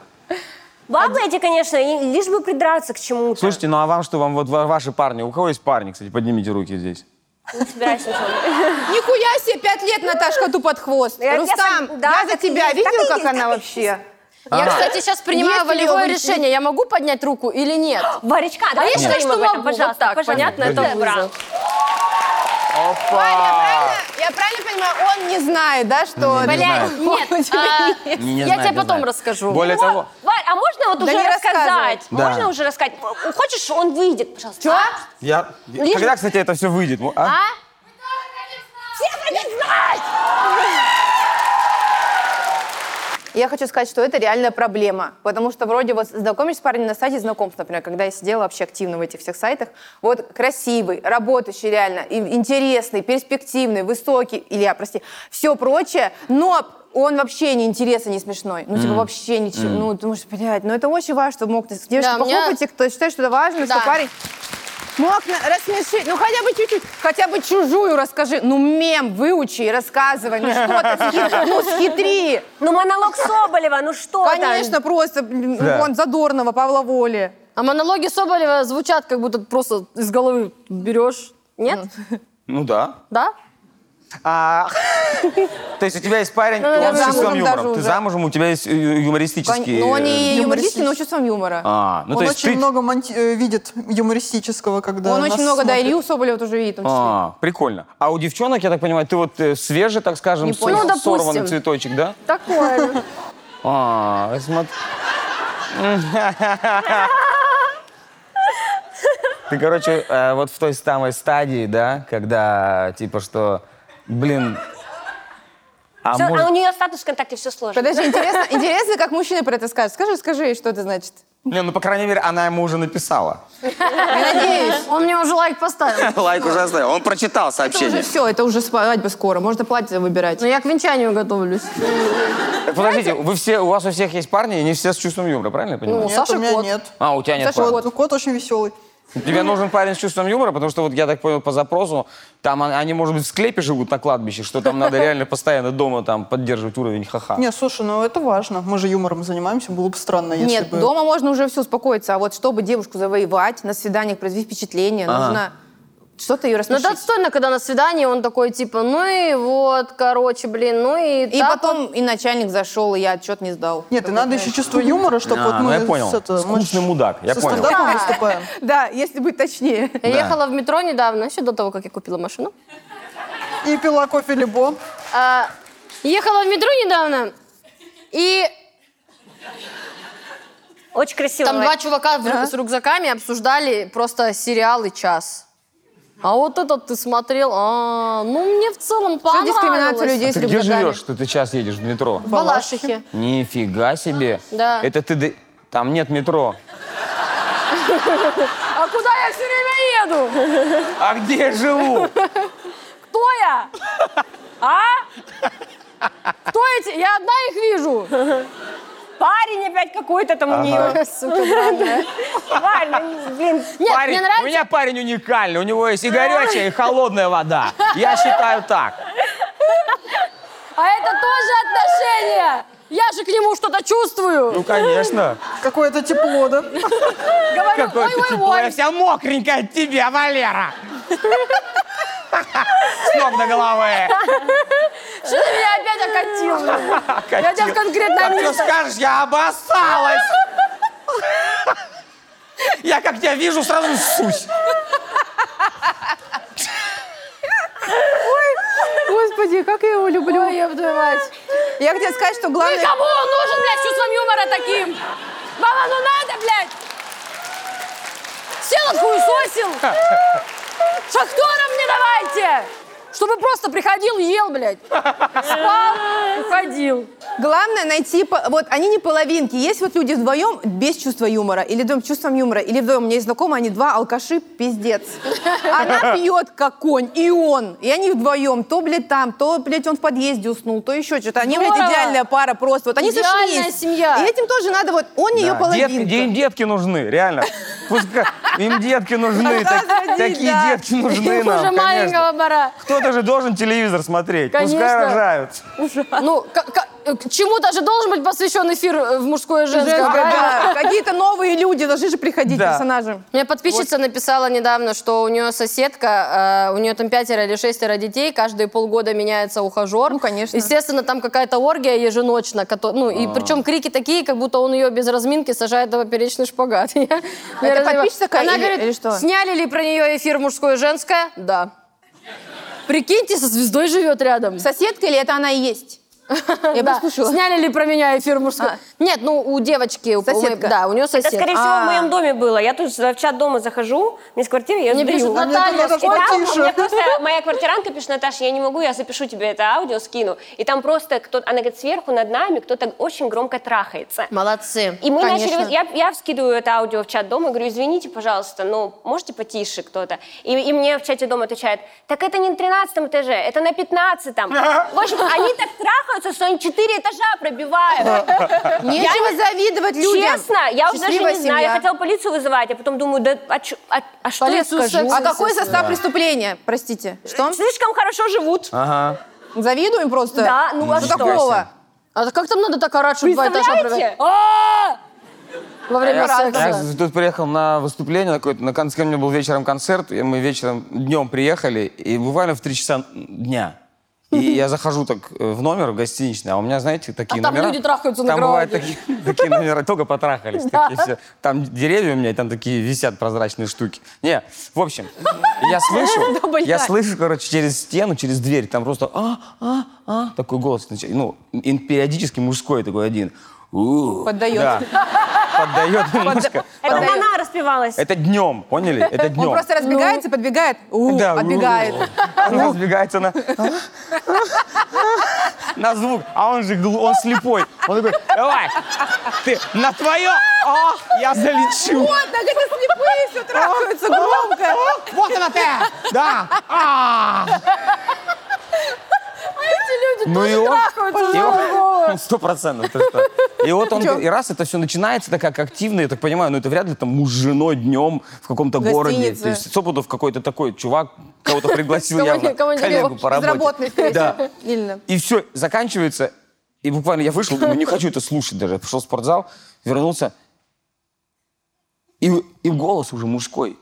Speaker 3: бабы эти, конечно, и- лишь бы придраться к чему-то.
Speaker 8: Слушайте, ну а вам что, вам вот ва- ваши парни, у кого есть парни, кстати, поднимите руки здесь.
Speaker 3: Не собираюсь ничего.
Speaker 2: Нихуя себе, пять лет Наташка тупо под хвост.
Speaker 3: Я- я
Speaker 2: Рустам,
Speaker 3: сам- да,
Speaker 2: я за
Speaker 3: так и
Speaker 2: тебя
Speaker 3: есть, так
Speaker 2: видел,
Speaker 3: и
Speaker 2: как
Speaker 3: есть,
Speaker 2: она
Speaker 3: так и
Speaker 2: вообще?
Speaker 1: Я,
Speaker 8: Ага.
Speaker 1: кстати, сейчас принимаю
Speaker 2: Есть ли
Speaker 1: волевое
Speaker 2: он-
Speaker 1: решение. Я могу поднять руку или нет?
Speaker 3: Варечка,
Speaker 1: А
Speaker 3: давай
Speaker 1: я считаю,
Speaker 3: поговорим
Speaker 1: что
Speaker 3: об этом,
Speaker 1: могу.
Speaker 3: пожалуйста.
Speaker 1: вот так,
Speaker 3: пожалуйста.
Speaker 1: понятно, это
Speaker 3: Добра.
Speaker 1: вызов.
Speaker 8: Опа!
Speaker 2: Я правильно понимаю, он не знает, да, что...
Speaker 8: Не знаю.
Speaker 1: Нет, а,
Speaker 8: Не
Speaker 1: я
Speaker 8: знаю,
Speaker 1: тебе
Speaker 8: не
Speaker 1: потом
Speaker 8: знаю.
Speaker 1: расскажу.
Speaker 8: Более
Speaker 3: О,
Speaker 8: того,
Speaker 3: Варь, а можно вот
Speaker 2: Да
Speaker 3: уже
Speaker 2: не
Speaker 3: рассказать?
Speaker 2: рассказывай.
Speaker 8: Да.
Speaker 3: Можно уже рассказать? М, Хочешь, он выйдет, пожалуйста. Чего?
Speaker 8: я... Когда, кстати, это все выйдет? М, а?
Speaker 3: Все хотят знать!
Speaker 2: Я хочу сказать, что это реальная проблема, потому что вроде вот знакомишься с парнем на сайте знакомств, например, когда я сидела вообще активно в этих всех сайтах, вот красивый, работающий реально, и- интересный, перспективный, высокий, Илья, прости, все прочее, но он вообще не интересный, не смешной. Ну, типа, вообще ничего. Ну, думаешь, блядь, ну это очень важно, чтобы мог... Девушки,
Speaker 1: Да, у меня-
Speaker 2: похлопайте, кто считает, что это важно,
Speaker 1: Да.
Speaker 2: что парень мог на- рассмешить. Ну, хотя бы чуть-чуть, хотя бы чужую расскажи. Ну, мем выучи и рассказывай. Ну, что ты, схи- ну, схитри.
Speaker 3: Ну, монолог Соболева, ну что там?
Speaker 2: Конечно, просто блин,
Speaker 8: Да.
Speaker 2: вон Задорнова, Павла Воли.
Speaker 1: А монологи Соболева звучат, как будто просто из головы берешь. Нет?
Speaker 8: Ну да.
Speaker 1: Да?
Speaker 8: А, То есть у тебя есть парень,
Speaker 2: да,
Speaker 8: он с
Speaker 2: да,
Speaker 8: чувством
Speaker 2: замужем даже
Speaker 8: юмора. Ты
Speaker 2: уже. ну,
Speaker 8: замужем, у тебя есть э, юмористический...
Speaker 2: Но он не
Speaker 8: э,
Speaker 2: юмористический, но чувством юмора.
Speaker 8: А, ну то
Speaker 5: Он
Speaker 8: есть
Speaker 5: очень
Speaker 8: ты...
Speaker 5: много монти- э, видит юмористического, когда
Speaker 2: он
Speaker 5: нас
Speaker 2: очень много, да,
Speaker 5: смотрит.
Speaker 2: Илью Соболева тоже видит. в том числе.
Speaker 8: А, прикольно. А у девчонок, я так понимаю, ты вот э, свежий, так скажем,
Speaker 1: Не
Speaker 8: сор-
Speaker 1: понял. Ну, допустим.
Speaker 8: сорванный цветочек, да?
Speaker 1: Такое.
Speaker 8: А, я смотр- Ты, короче, э, вот в той самой стадии, да, когда, типа, что, блин, а
Speaker 3: Всё,
Speaker 8: может-
Speaker 3: А у нее статус ВКонтакте все сложно.
Speaker 2: Подожди, интересно, интересно, как мужчины про это скажут. Скажи, скажи, что это значит.
Speaker 8: Не, ну, по крайней мере, она ему уже написала.
Speaker 2: Я надеюсь.
Speaker 1: Он мне уже лайк поставил.
Speaker 8: Лайк уже оставил. Он прочитал
Speaker 2: Это уже
Speaker 8: сообщение.
Speaker 2: все, это уже свадьба скоро. Можно платье выбирать.
Speaker 1: Но я к венчанию готовлюсь.
Speaker 8: Так, Подождите, вы все, у вас у всех есть парни, и не все с чувством юмора, правильно я понимаю?
Speaker 1: Ну,
Speaker 5: Нет,
Speaker 1: Саша
Speaker 5: у меня
Speaker 1: Кот.
Speaker 5: нет.
Speaker 8: А, у тебя нет
Speaker 2: Саша,
Speaker 8: парня.
Speaker 5: Ну, кот очень веселый.
Speaker 8: Тебе нужен парень с чувством юмора, потому что, вот я так понял по запросу, там он- они, может быть, в склепе живут на кладбище, что там надо реально постоянно дома там поддерживать уровень ха-ха.
Speaker 5: Не, слушай, ну это важно. Мы же юмором занимаемся, было бы странно, если
Speaker 2: Нет,
Speaker 5: бы...
Speaker 2: дома можно уже все успокоиться. А вот чтобы девушку завоевать, на свиданиях произвести впечатление,
Speaker 8: Ага.
Speaker 2: нужно что-то ее
Speaker 1: Ну,
Speaker 2: рассмешить.
Speaker 1: это отстойно, когда на свидании он такой, типа, ну и вот, короче, блин, ну и
Speaker 2: И
Speaker 1: так
Speaker 2: потом и начальник зашел, и я отчет не сдал.
Speaker 5: Нет, и надо еще чувство юмора, чтобы
Speaker 8: А,
Speaker 5: вот
Speaker 8: ну
Speaker 5: мы...
Speaker 8: я понял.
Speaker 5: с это- мы
Speaker 8: Скучный
Speaker 5: ж
Speaker 8: мудак, я
Speaker 5: со
Speaker 8: понял.
Speaker 5: стендапом выступаем.
Speaker 2: Да, если быть точнее.
Speaker 1: вот. Я ехала в метро недавно, еще до того, как я купила машину.
Speaker 5: И пила кофе либо.
Speaker 1: А, ехала в метро недавно, и
Speaker 3: Очень красиво.
Speaker 1: Там два чувака в рю- с рюкзаками обсуждали просто сериалы час. А вот этот ты смотрел, а, ну мне в целом
Speaker 2: Что
Speaker 1: понравилось.
Speaker 2: дискриминация людей с
Speaker 8: А Ты где
Speaker 2: рюкзаками?
Speaker 8: живешь, что ты сейчас едешь в метро?
Speaker 1: В Балашихе.
Speaker 8: Нифига себе.
Speaker 1: Да.
Speaker 8: Это ты... до- Там нет метро.
Speaker 1: А куда я все время еду?
Speaker 8: А где я живу?
Speaker 1: Кто я? А? Кто эти? Я одна их вижу.
Speaker 3: Парень опять какой-то там у нее.
Speaker 1: Сука, бранная.
Speaker 3: Ладно, блин.
Speaker 1: Нет,
Speaker 8: Парень-
Speaker 1: мне
Speaker 8: У
Speaker 1: нравится.
Speaker 8: меня парень уникальный. У него есть и горячая, и холодная вода. Я считаю так.
Speaker 1: А это тоже отношения. Я же к нему что-то чувствую.
Speaker 8: Ну, конечно.
Speaker 5: Какое-то тепло, да?
Speaker 1: Говорю,
Speaker 8: Какой ты теплая.
Speaker 1: ой-ой-ой.
Speaker 8: Вся мокренькая от тебя, Валера. С ног до головы.
Speaker 1: Что ты меня опять окатил? Я тебя в конкретное
Speaker 8: Как ты
Speaker 1: место.
Speaker 8: скажешь, я обоссалась. Я как тебя вижу, сразу сусь.
Speaker 2: Господи, как я его люблю.
Speaker 1: Ой, ёб твою мать.
Speaker 2: Я хотела сказать, что
Speaker 1: Ты
Speaker 2: главное...
Speaker 1: кому он нужен, блядь, с чувством юмора таким? Мама, ну надо, блядь! Сел отхуесосил! Шахтерам не давайте! Чтобы просто приходил, ел, блядь. Спал, уходил.
Speaker 2: Главное найти, по- вот они не половинки. Есть вот люди вдвоем без чувства юмора, или вдвоем с чувством юмора, или вдвоем. У меня есть знакомые, они два алкаши, пиздец. Она пьет как конь, и он. И они вдвоем, то, блядь, там, то, блядь, он в подъезде уснул, то еще что-то. Они, блядь,
Speaker 1: Здорово.
Speaker 2: идеальная пара просто. Вот они
Speaker 1: Идеальная
Speaker 2: сошлись.
Speaker 1: семья.
Speaker 2: И этим тоже надо, вот, он ее
Speaker 8: Да, детки-
Speaker 2: половинка.
Speaker 8: де- Им детки нужны, реально. Пускай- Им детки нужны. так-
Speaker 2: Разводить,
Speaker 8: Такие
Speaker 2: да.
Speaker 8: детки нужны
Speaker 1: Уже
Speaker 8: нам, конечно.
Speaker 1: маленького бара.
Speaker 8: Кто-то же должен телевизор смотреть. Пускай
Speaker 1: Конечно.
Speaker 8: рожают.
Speaker 1: Ну, к- к- э, к чему-то же должен быть посвящен эфир э, в мужское и женское.
Speaker 2: Женская,
Speaker 1: правильно?
Speaker 2: да. Какие-то новые люди должны же приходить,
Speaker 8: Да.
Speaker 2: персонажи.
Speaker 1: Мне подписчица написала недавно, что у нее соседка, э, у нее там пятеро или шестеро детей, каждые полгода меняется ухажер.
Speaker 2: Ну, конечно. А.
Speaker 1: Естественно, там какая-то оргия еженочно. кото- ну, и причем крики такие, как будто он ее без разминки сажает в поперечный шпагат. Я- я разъебала.
Speaker 2: подписчица такая
Speaker 1: Она
Speaker 2: или-
Speaker 1: говорит,
Speaker 2: или что?
Speaker 1: сняли ли про нее эфир мужское и женское? Да. Прикиньте, со звездой живет рядом.
Speaker 2: Соседка или это она и есть? Я
Speaker 1: Да.
Speaker 2: послушала. А.
Speaker 1: Сняли ли про меня эфир мужской? Нет, ну у девочки, у- у-
Speaker 2: Соседка.
Speaker 1: да, у нее
Speaker 3: Это,
Speaker 1: соседка.
Speaker 3: скорее всего, в моем доме было. Я тут в чат дома захожу, мне с квартиры, я
Speaker 1: Мне пишут,
Speaker 3: сбрю.
Speaker 1: Наталья,
Speaker 5: надо
Speaker 3: И
Speaker 1: сколько-
Speaker 3: там у
Speaker 5: Тише.
Speaker 3: меня просто моя квартиранка пишет, Наташа, я не могу, я запишу тебе это аудио, скину. И там просто кто-то, она говорит, сверху над нами кто-то очень громко трахается.
Speaker 1: Молодцы.
Speaker 3: И мы
Speaker 1: Конечно.
Speaker 3: начали, вот я, я вскидываю это аудио в чат дома, говорю, извините, пожалуйста, но можете потише кто-то? И, и мне в чате дома отвечают, так это не на 13 этаже, это на 15 В общем, они так трахаются, что они 4 этажа пробивают.
Speaker 2: Нечего завидовать людям.
Speaker 3: Честно, я уже даже
Speaker 2: Счастливая
Speaker 3: не знаю, я
Speaker 2: семья.
Speaker 3: хотела полицию вызывать, а потом думаю, да а, чё- а- а что я
Speaker 1: Полицию
Speaker 3: скажу?
Speaker 1: секс-
Speaker 2: А какой состав преступления? Простите. Что?
Speaker 3: Слишком хорошо живут.
Speaker 8: Ага.
Speaker 2: Завидуем просто?
Speaker 3: Да, ну а
Speaker 2: Что
Speaker 3: что?
Speaker 2: такого?
Speaker 1: А как там надо так орать, чтобы два этажа
Speaker 3: Представляете?
Speaker 1: прыгать? Во
Speaker 8: Э,
Speaker 1: время секса.
Speaker 8: Я тут приехал на выступление какое-то, на конце у меня был вечером концерт, и мы вечером, днем приехали, и буквально в 3 часа дня. И я захожу так э, в номер в гостиничный, а у меня, знаете, такие
Speaker 1: А там
Speaker 8: номера.
Speaker 1: люди трахаются на
Speaker 8: Там бывают
Speaker 1: кровати.
Speaker 8: такие, такие номера, только потрахались.
Speaker 1: Да.
Speaker 8: такие все. Там деревья у меня, и там такие висят прозрачные штуки. Не, в общем, я слышу, я слышу, короче, через стену, через дверь, там просто а, а, а, такой голос, нач- ну, ин- периодически мужской такой один. У.
Speaker 2: Поддаёт.
Speaker 8: Да. Поддает немножко.
Speaker 3: Это
Speaker 8: Там-
Speaker 3: она распевалась.
Speaker 8: Это днем, поняли? Это днем.
Speaker 2: Он просто
Speaker 3: Ну.
Speaker 2: разбегается, подбегает, у,
Speaker 8: Да, у.
Speaker 2: отбегает.
Speaker 8: Он разбегается на... на звук, а он же глу- он слепой. Он такой, давай, ты на твое, а, я залечу.
Speaker 2: Вот, так это слепые все трахаются громко.
Speaker 8: Вот она ты, да, а.
Speaker 1: А Люди
Speaker 8: Ну и
Speaker 1: тоже
Speaker 8: он-
Speaker 1: трахаются.
Speaker 8: И
Speaker 1: за другого.
Speaker 8: он- Сто процентов. ты что. И вот он, и раз это все начинается так как активно, я так понимаю, ну это вряд ли там муж с женой днем в каком-то городе.
Speaker 2: Гостинице.
Speaker 8: То есть сопутов какой-то такой чувак кого-то пригласил
Speaker 1: Кого-
Speaker 8: явно,
Speaker 1: кого-нибудь
Speaker 8: коллегу по
Speaker 2: Безработный,
Speaker 8: работе.
Speaker 2: скорее
Speaker 8: Да.
Speaker 2: всего. Ильна.
Speaker 8: И все, заканчивается. И буквально я вышел, думаю, не хочу это слушать даже. Пошел в спортзал, вернулся. И, и голос уже мужской.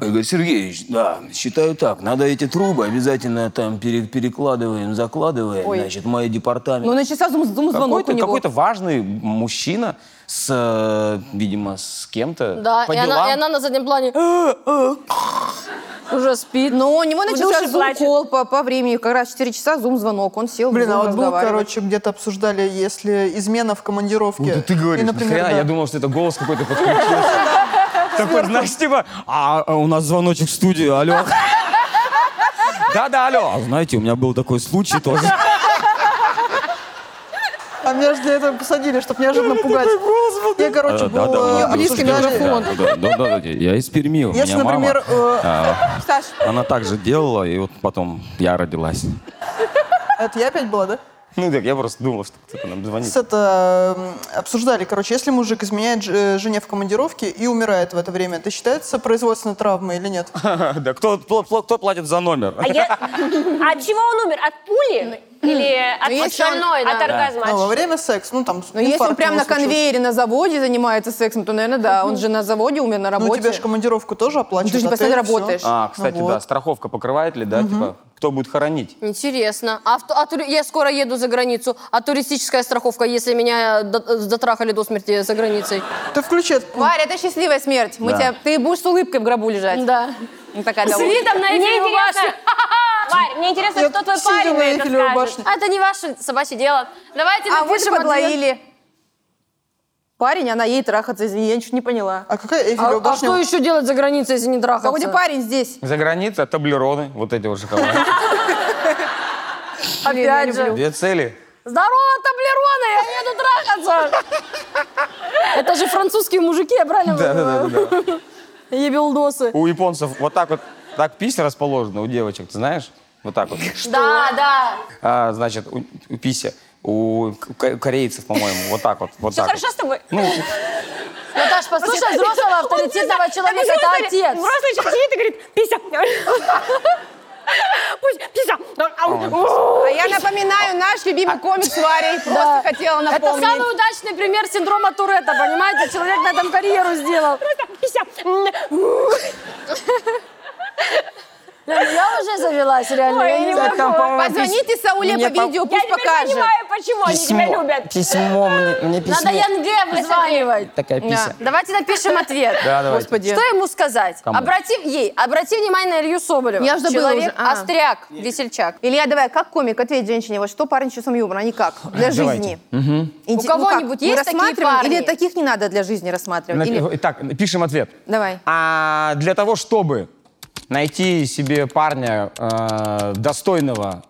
Speaker 8: Игорь Сергеевич, да, считаю так, надо эти трубы обязательно там пере- перекладываем, закладываем, значит, мой департамент.
Speaker 2: Ну, значит, сразу зум- зум- звонок у
Speaker 8: Какой-то,
Speaker 2: него.
Speaker 8: какой-то важный мужчина с, э, видимо, с кем-то
Speaker 1: Да,
Speaker 8: по
Speaker 1: и она,
Speaker 8: делам.
Speaker 1: и она на заднем плане «Э, уже спит.
Speaker 2: Но Ну, у него начался
Speaker 3: душе плачет.
Speaker 2: зум-кол по, по времени, как раз 4 часа зум-звонок, он сел,
Speaker 5: Блин,
Speaker 2: зум
Speaker 5: а вот был,
Speaker 2: разговаривает.
Speaker 5: короче, где-то обсуждали, если измена в командировке.
Speaker 8: Ну, да ты говоришь,
Speaker 5: И,
Speaker 8: ни
Speaker 5: например,
Speaker 8: хрена,
Speaker 5: да.
Speaker 8: я думал, что это голос какой-то подключился. Такой, знаешь, типа, а а у нас звоночек в студию, алло. Да-да, алло. А знаете, у меня был такой случай тоже.
Speaker 5: А меня же для этого посадили, чтобы неожиданно пугать. Я, короче, был... э,
Speaker 2: близкий
Speaker 5: обсуждали-
Speaker 2: микрофон.
Speaker 9: Да, да, да, да, я из Перми, у
Speaker 5: Если,
Speaker 9: меня мама,
Speaker 5: например, э,
Speaker 8: А,
Speaker 2: Саш,
Speaker 9: она так же делала, и вот потом я родилась.
Speaker 5: это я опять была, да?
Speaker 8: Ну так, я просто думал, что кто-то нам звонит.
Speaker 5: С это м, обсуждали, короче, если мужик изменяет ж- э, жене в командировке и умирает в это время, это считается производственной травмой или нет? Ну,
Speaker 8: Да кто, пл- пл- кто платит за номер?
Speaker 3: А я- а от чего он умер? От пули? Или от,
Speaker 2: если
Speaker 3: от
Speaker 1: Ну, он-
Speaker 3: от оргазма?
Speaker 5: Ну, во
Speaker 3: От-
Speaker 5: время секса, ну там.
Speaker 2: ну если он
Speaker 5: инфаркт
Speaker 2: прям
Speaker 5: у него
Speaker 2: на
Speaker 5: случился.
Speaker 2: конвейере на заводе занимается сексом, то, наверное, да. Он же на заводе умер, на
Speaker 5: Ну, у
Speaker 2: работе.
Speaker 5: тебя же командировку тоже
Speaker 2: Ну,
Speaker 5: оплачивают.
Speaker 2: ты же
Speaker 5: отель,
Speaker 2: постоянно
Speaker 5: всё.
Speaker 2: работаешь.
Speaker 8: А, кстати,
Speaker 5: Ну
Speaker 8: да,
Speaker 5: вот.
Speaker 8: страховка покрывает ли, да, типа, кто будет хоронить?
Speaker 1: Интересно. А, в ту- а тури- я скоро еду за границу. А туристическая страховка, если меня э, до- дотрахали до смерти за границей?
Speaker 5: Ты включи этот пункт.
Speaker 2: Варя, это счастливая смерть. Мы тебя, ты будешь с улыбкой в грабу лежать.
Speaker 1: Да.
Speaker 2: Ну, Такая
Speaker 1: С
Speaker 2: довольная.
Speaker 1: видом на
Speaker 3: Мне
Speaker 1: Эйфелеву
Speaker 3: интересно,
Speaker 1: башню.
Speaker 3: Варь, мне интересно,
Speaker 5: Я
Speaker 3: кто твой
Speaker 5: сидя
Speaker 3: парень
Speaker 5: на
Speaker 3: на это
Speaker 5: Эйфелевой
Speaker 3: скажет.
Speaker 5: башне.
Speaker 1: А это не ваше собачье дело. Давайте
Speaker 2: А вот и
Speaker 1: напишем ответ.
Speaker 2: подловили. Парень, она ей трахаться, извини, я ничего не поняла.
Speaker 5: А какая Эйфелева
Speaker 1: А, а
Speaker 5: башня?
Speaker 1: что еще делать за границей, если не трахаться?
Speaker 2: Какой парень здесь?
Speaker 8: За границей таблероны, вот эти вот шоколадки.
Speaker 1: Опять же.
Speaker 8: Две цели.
Speaker 1: Здорово, таблероны, я еду трахаться. Это же французские мужики, я правильно
Speaker 8: Да-да-да.
Speaker 1: понимаю?
Speaker 8: да.
Speaker 1: Ебилдосы.
Speaker 8: У японцев вот так вот, так пись расположена у девочек, ты знаешь? Вот так вот.
Speaker 1: Да, да.
Speaker 8: А, значит, у, у пися, у, к- корейцев, по-моему, вот так вот. вот
Speaker 3: Все
Speaker 8: так
Speaker 3: хорошо
Speaker 8: вот. Ну,
Speaker 3: с тобой?
Speaker 1: Наташ, послушай взрослого авторитетного человека, это отец.
Speaker 3: Взрослый человек сидит и говорит, пися. Пусть, пися.
Speaker 2: А я напоминаю, наш любимый комик с Варей. Просто хотела
Speaker 1: Это
Speaker 2: напомнить.
Speaker 1: самый удачный пример синдрома Туретта, понимаете? Человек на этом карьеру сделал.
Speaker 3: Пися.
Speaker 1: Ну, Лена, ну Я уже завелась, реально. я не знаю.
Speaker 8: там, по-моему,
Speaker 2: Позвоните Сауле по видео, пусть
Speaker 3: Я теперь
Speaker 2: покажет.
Speaker 3: понимаю, почему они тебя любят.
Speaker 8: Письмо мне, мне
Speaker 1: Надо Янге вызванивать.
Speaker 8: Такая пися.
Speaker 1: Давайте напишем ответ.
Speaker 8: Да, давайте.
Speaker 2: Господи.
Speaker 1: Что ему сказать?
Speaker 8: Кому?
Speaker 1: Обрати, ей, обрати внимание на Илью Соболева.
Speaker 2: Я ж забыла
Speaker 1: Человек
Speaker 2: уже. А.
Speaker 1: остряк, весельчак.
Speaker 2: Илья, давай, как комик, ответь женщине, вот что парень с чувством юмора, они как? Для
Speaker 8: Давайте.
Speaker 2: жизни. Инте- ну
Speaker 1: У кого-нибудь
Speaker 2: как? Мы
Speaker 1: есть такие
Speaker 2: рассматриваем
Speaker 1: парни?
Speaker 2: Или таких не надо для жизни рассматривать? Или-
Speaker 8: Итак, пишем ответ.
Speaker 2: Давай.
Speaker 8: А для того, чтобы найти себе парня э, достойного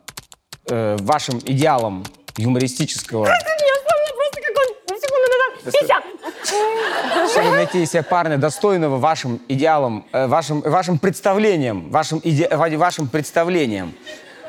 Speaker 8: э, вашим идеалам юмористического,
Speaker 3: Я вспомнила просто, как он на секунду назад. Пися.
Speaker 8: чтобы найти себе парня достойного вашим идеалам, э, вашим вашим представлениям, вашим иде- ва- вашим представлениям,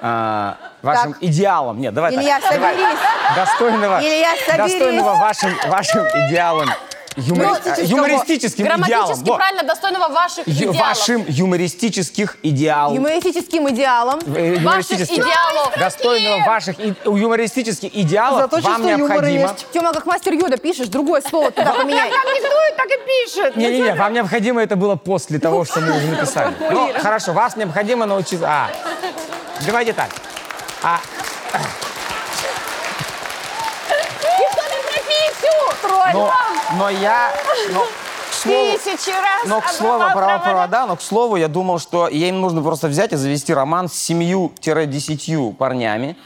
Speaker 8: э, вашим идеалам. Нет, давай
Speaker 2: Илья,
Speaker 8: так. давай.
Speaker 2: соберись.
Speaker 8: Достойного.
Speaker 2: Илья, соберись.
Speaker 8: Достойного вашим вашим идеалам. юмори- э,
Speaker 2: Грамматического.
Speaker 8: юмористическим идеалам.
Speaker 1: Грамматически
Speaker 8: вот.
Speaker 1: правильно, достойного ваших
Speaker 8: Ю-
Speaker 1: идеалов.
Speaker 8: Вашим юмористических идеалов.
Speaker 2: Юмористическим идеалом.
Speaker 8: э,
Speaker 1: Ваших
Speaker 8: юмористических.
Speaker 1: идеалов.
Speaker 8: Достойного ваших и- юмористических идеалов
Speaker 5: Зато
Speaker 8: вам
Speaker 5: чувство юмора
Speaker 8: необходимо.
Speaker 5: есть.
Speaker 2: Тема, как мастер Йода, пишешь, другое слово туда поменяй.
Speaker 8: Не-не-не, вам необходимо это было после того, что мы уже написали. Ну, хорошо, вас необходимо научиться. А, давайте так. А,
Speaker 3: И что ты про писю?
Speaker 8: но, но я... но, к слову-
Speaker 3: Тысячи раз.
Speaker 8: Но к слову
Speaker 3: обрывал
Speaker 8: про
Speaker 3: провода.
Speaker 8: провода, но к слову, я думал, что ей нужно просто взять и завести роман с семью-десятью парнями.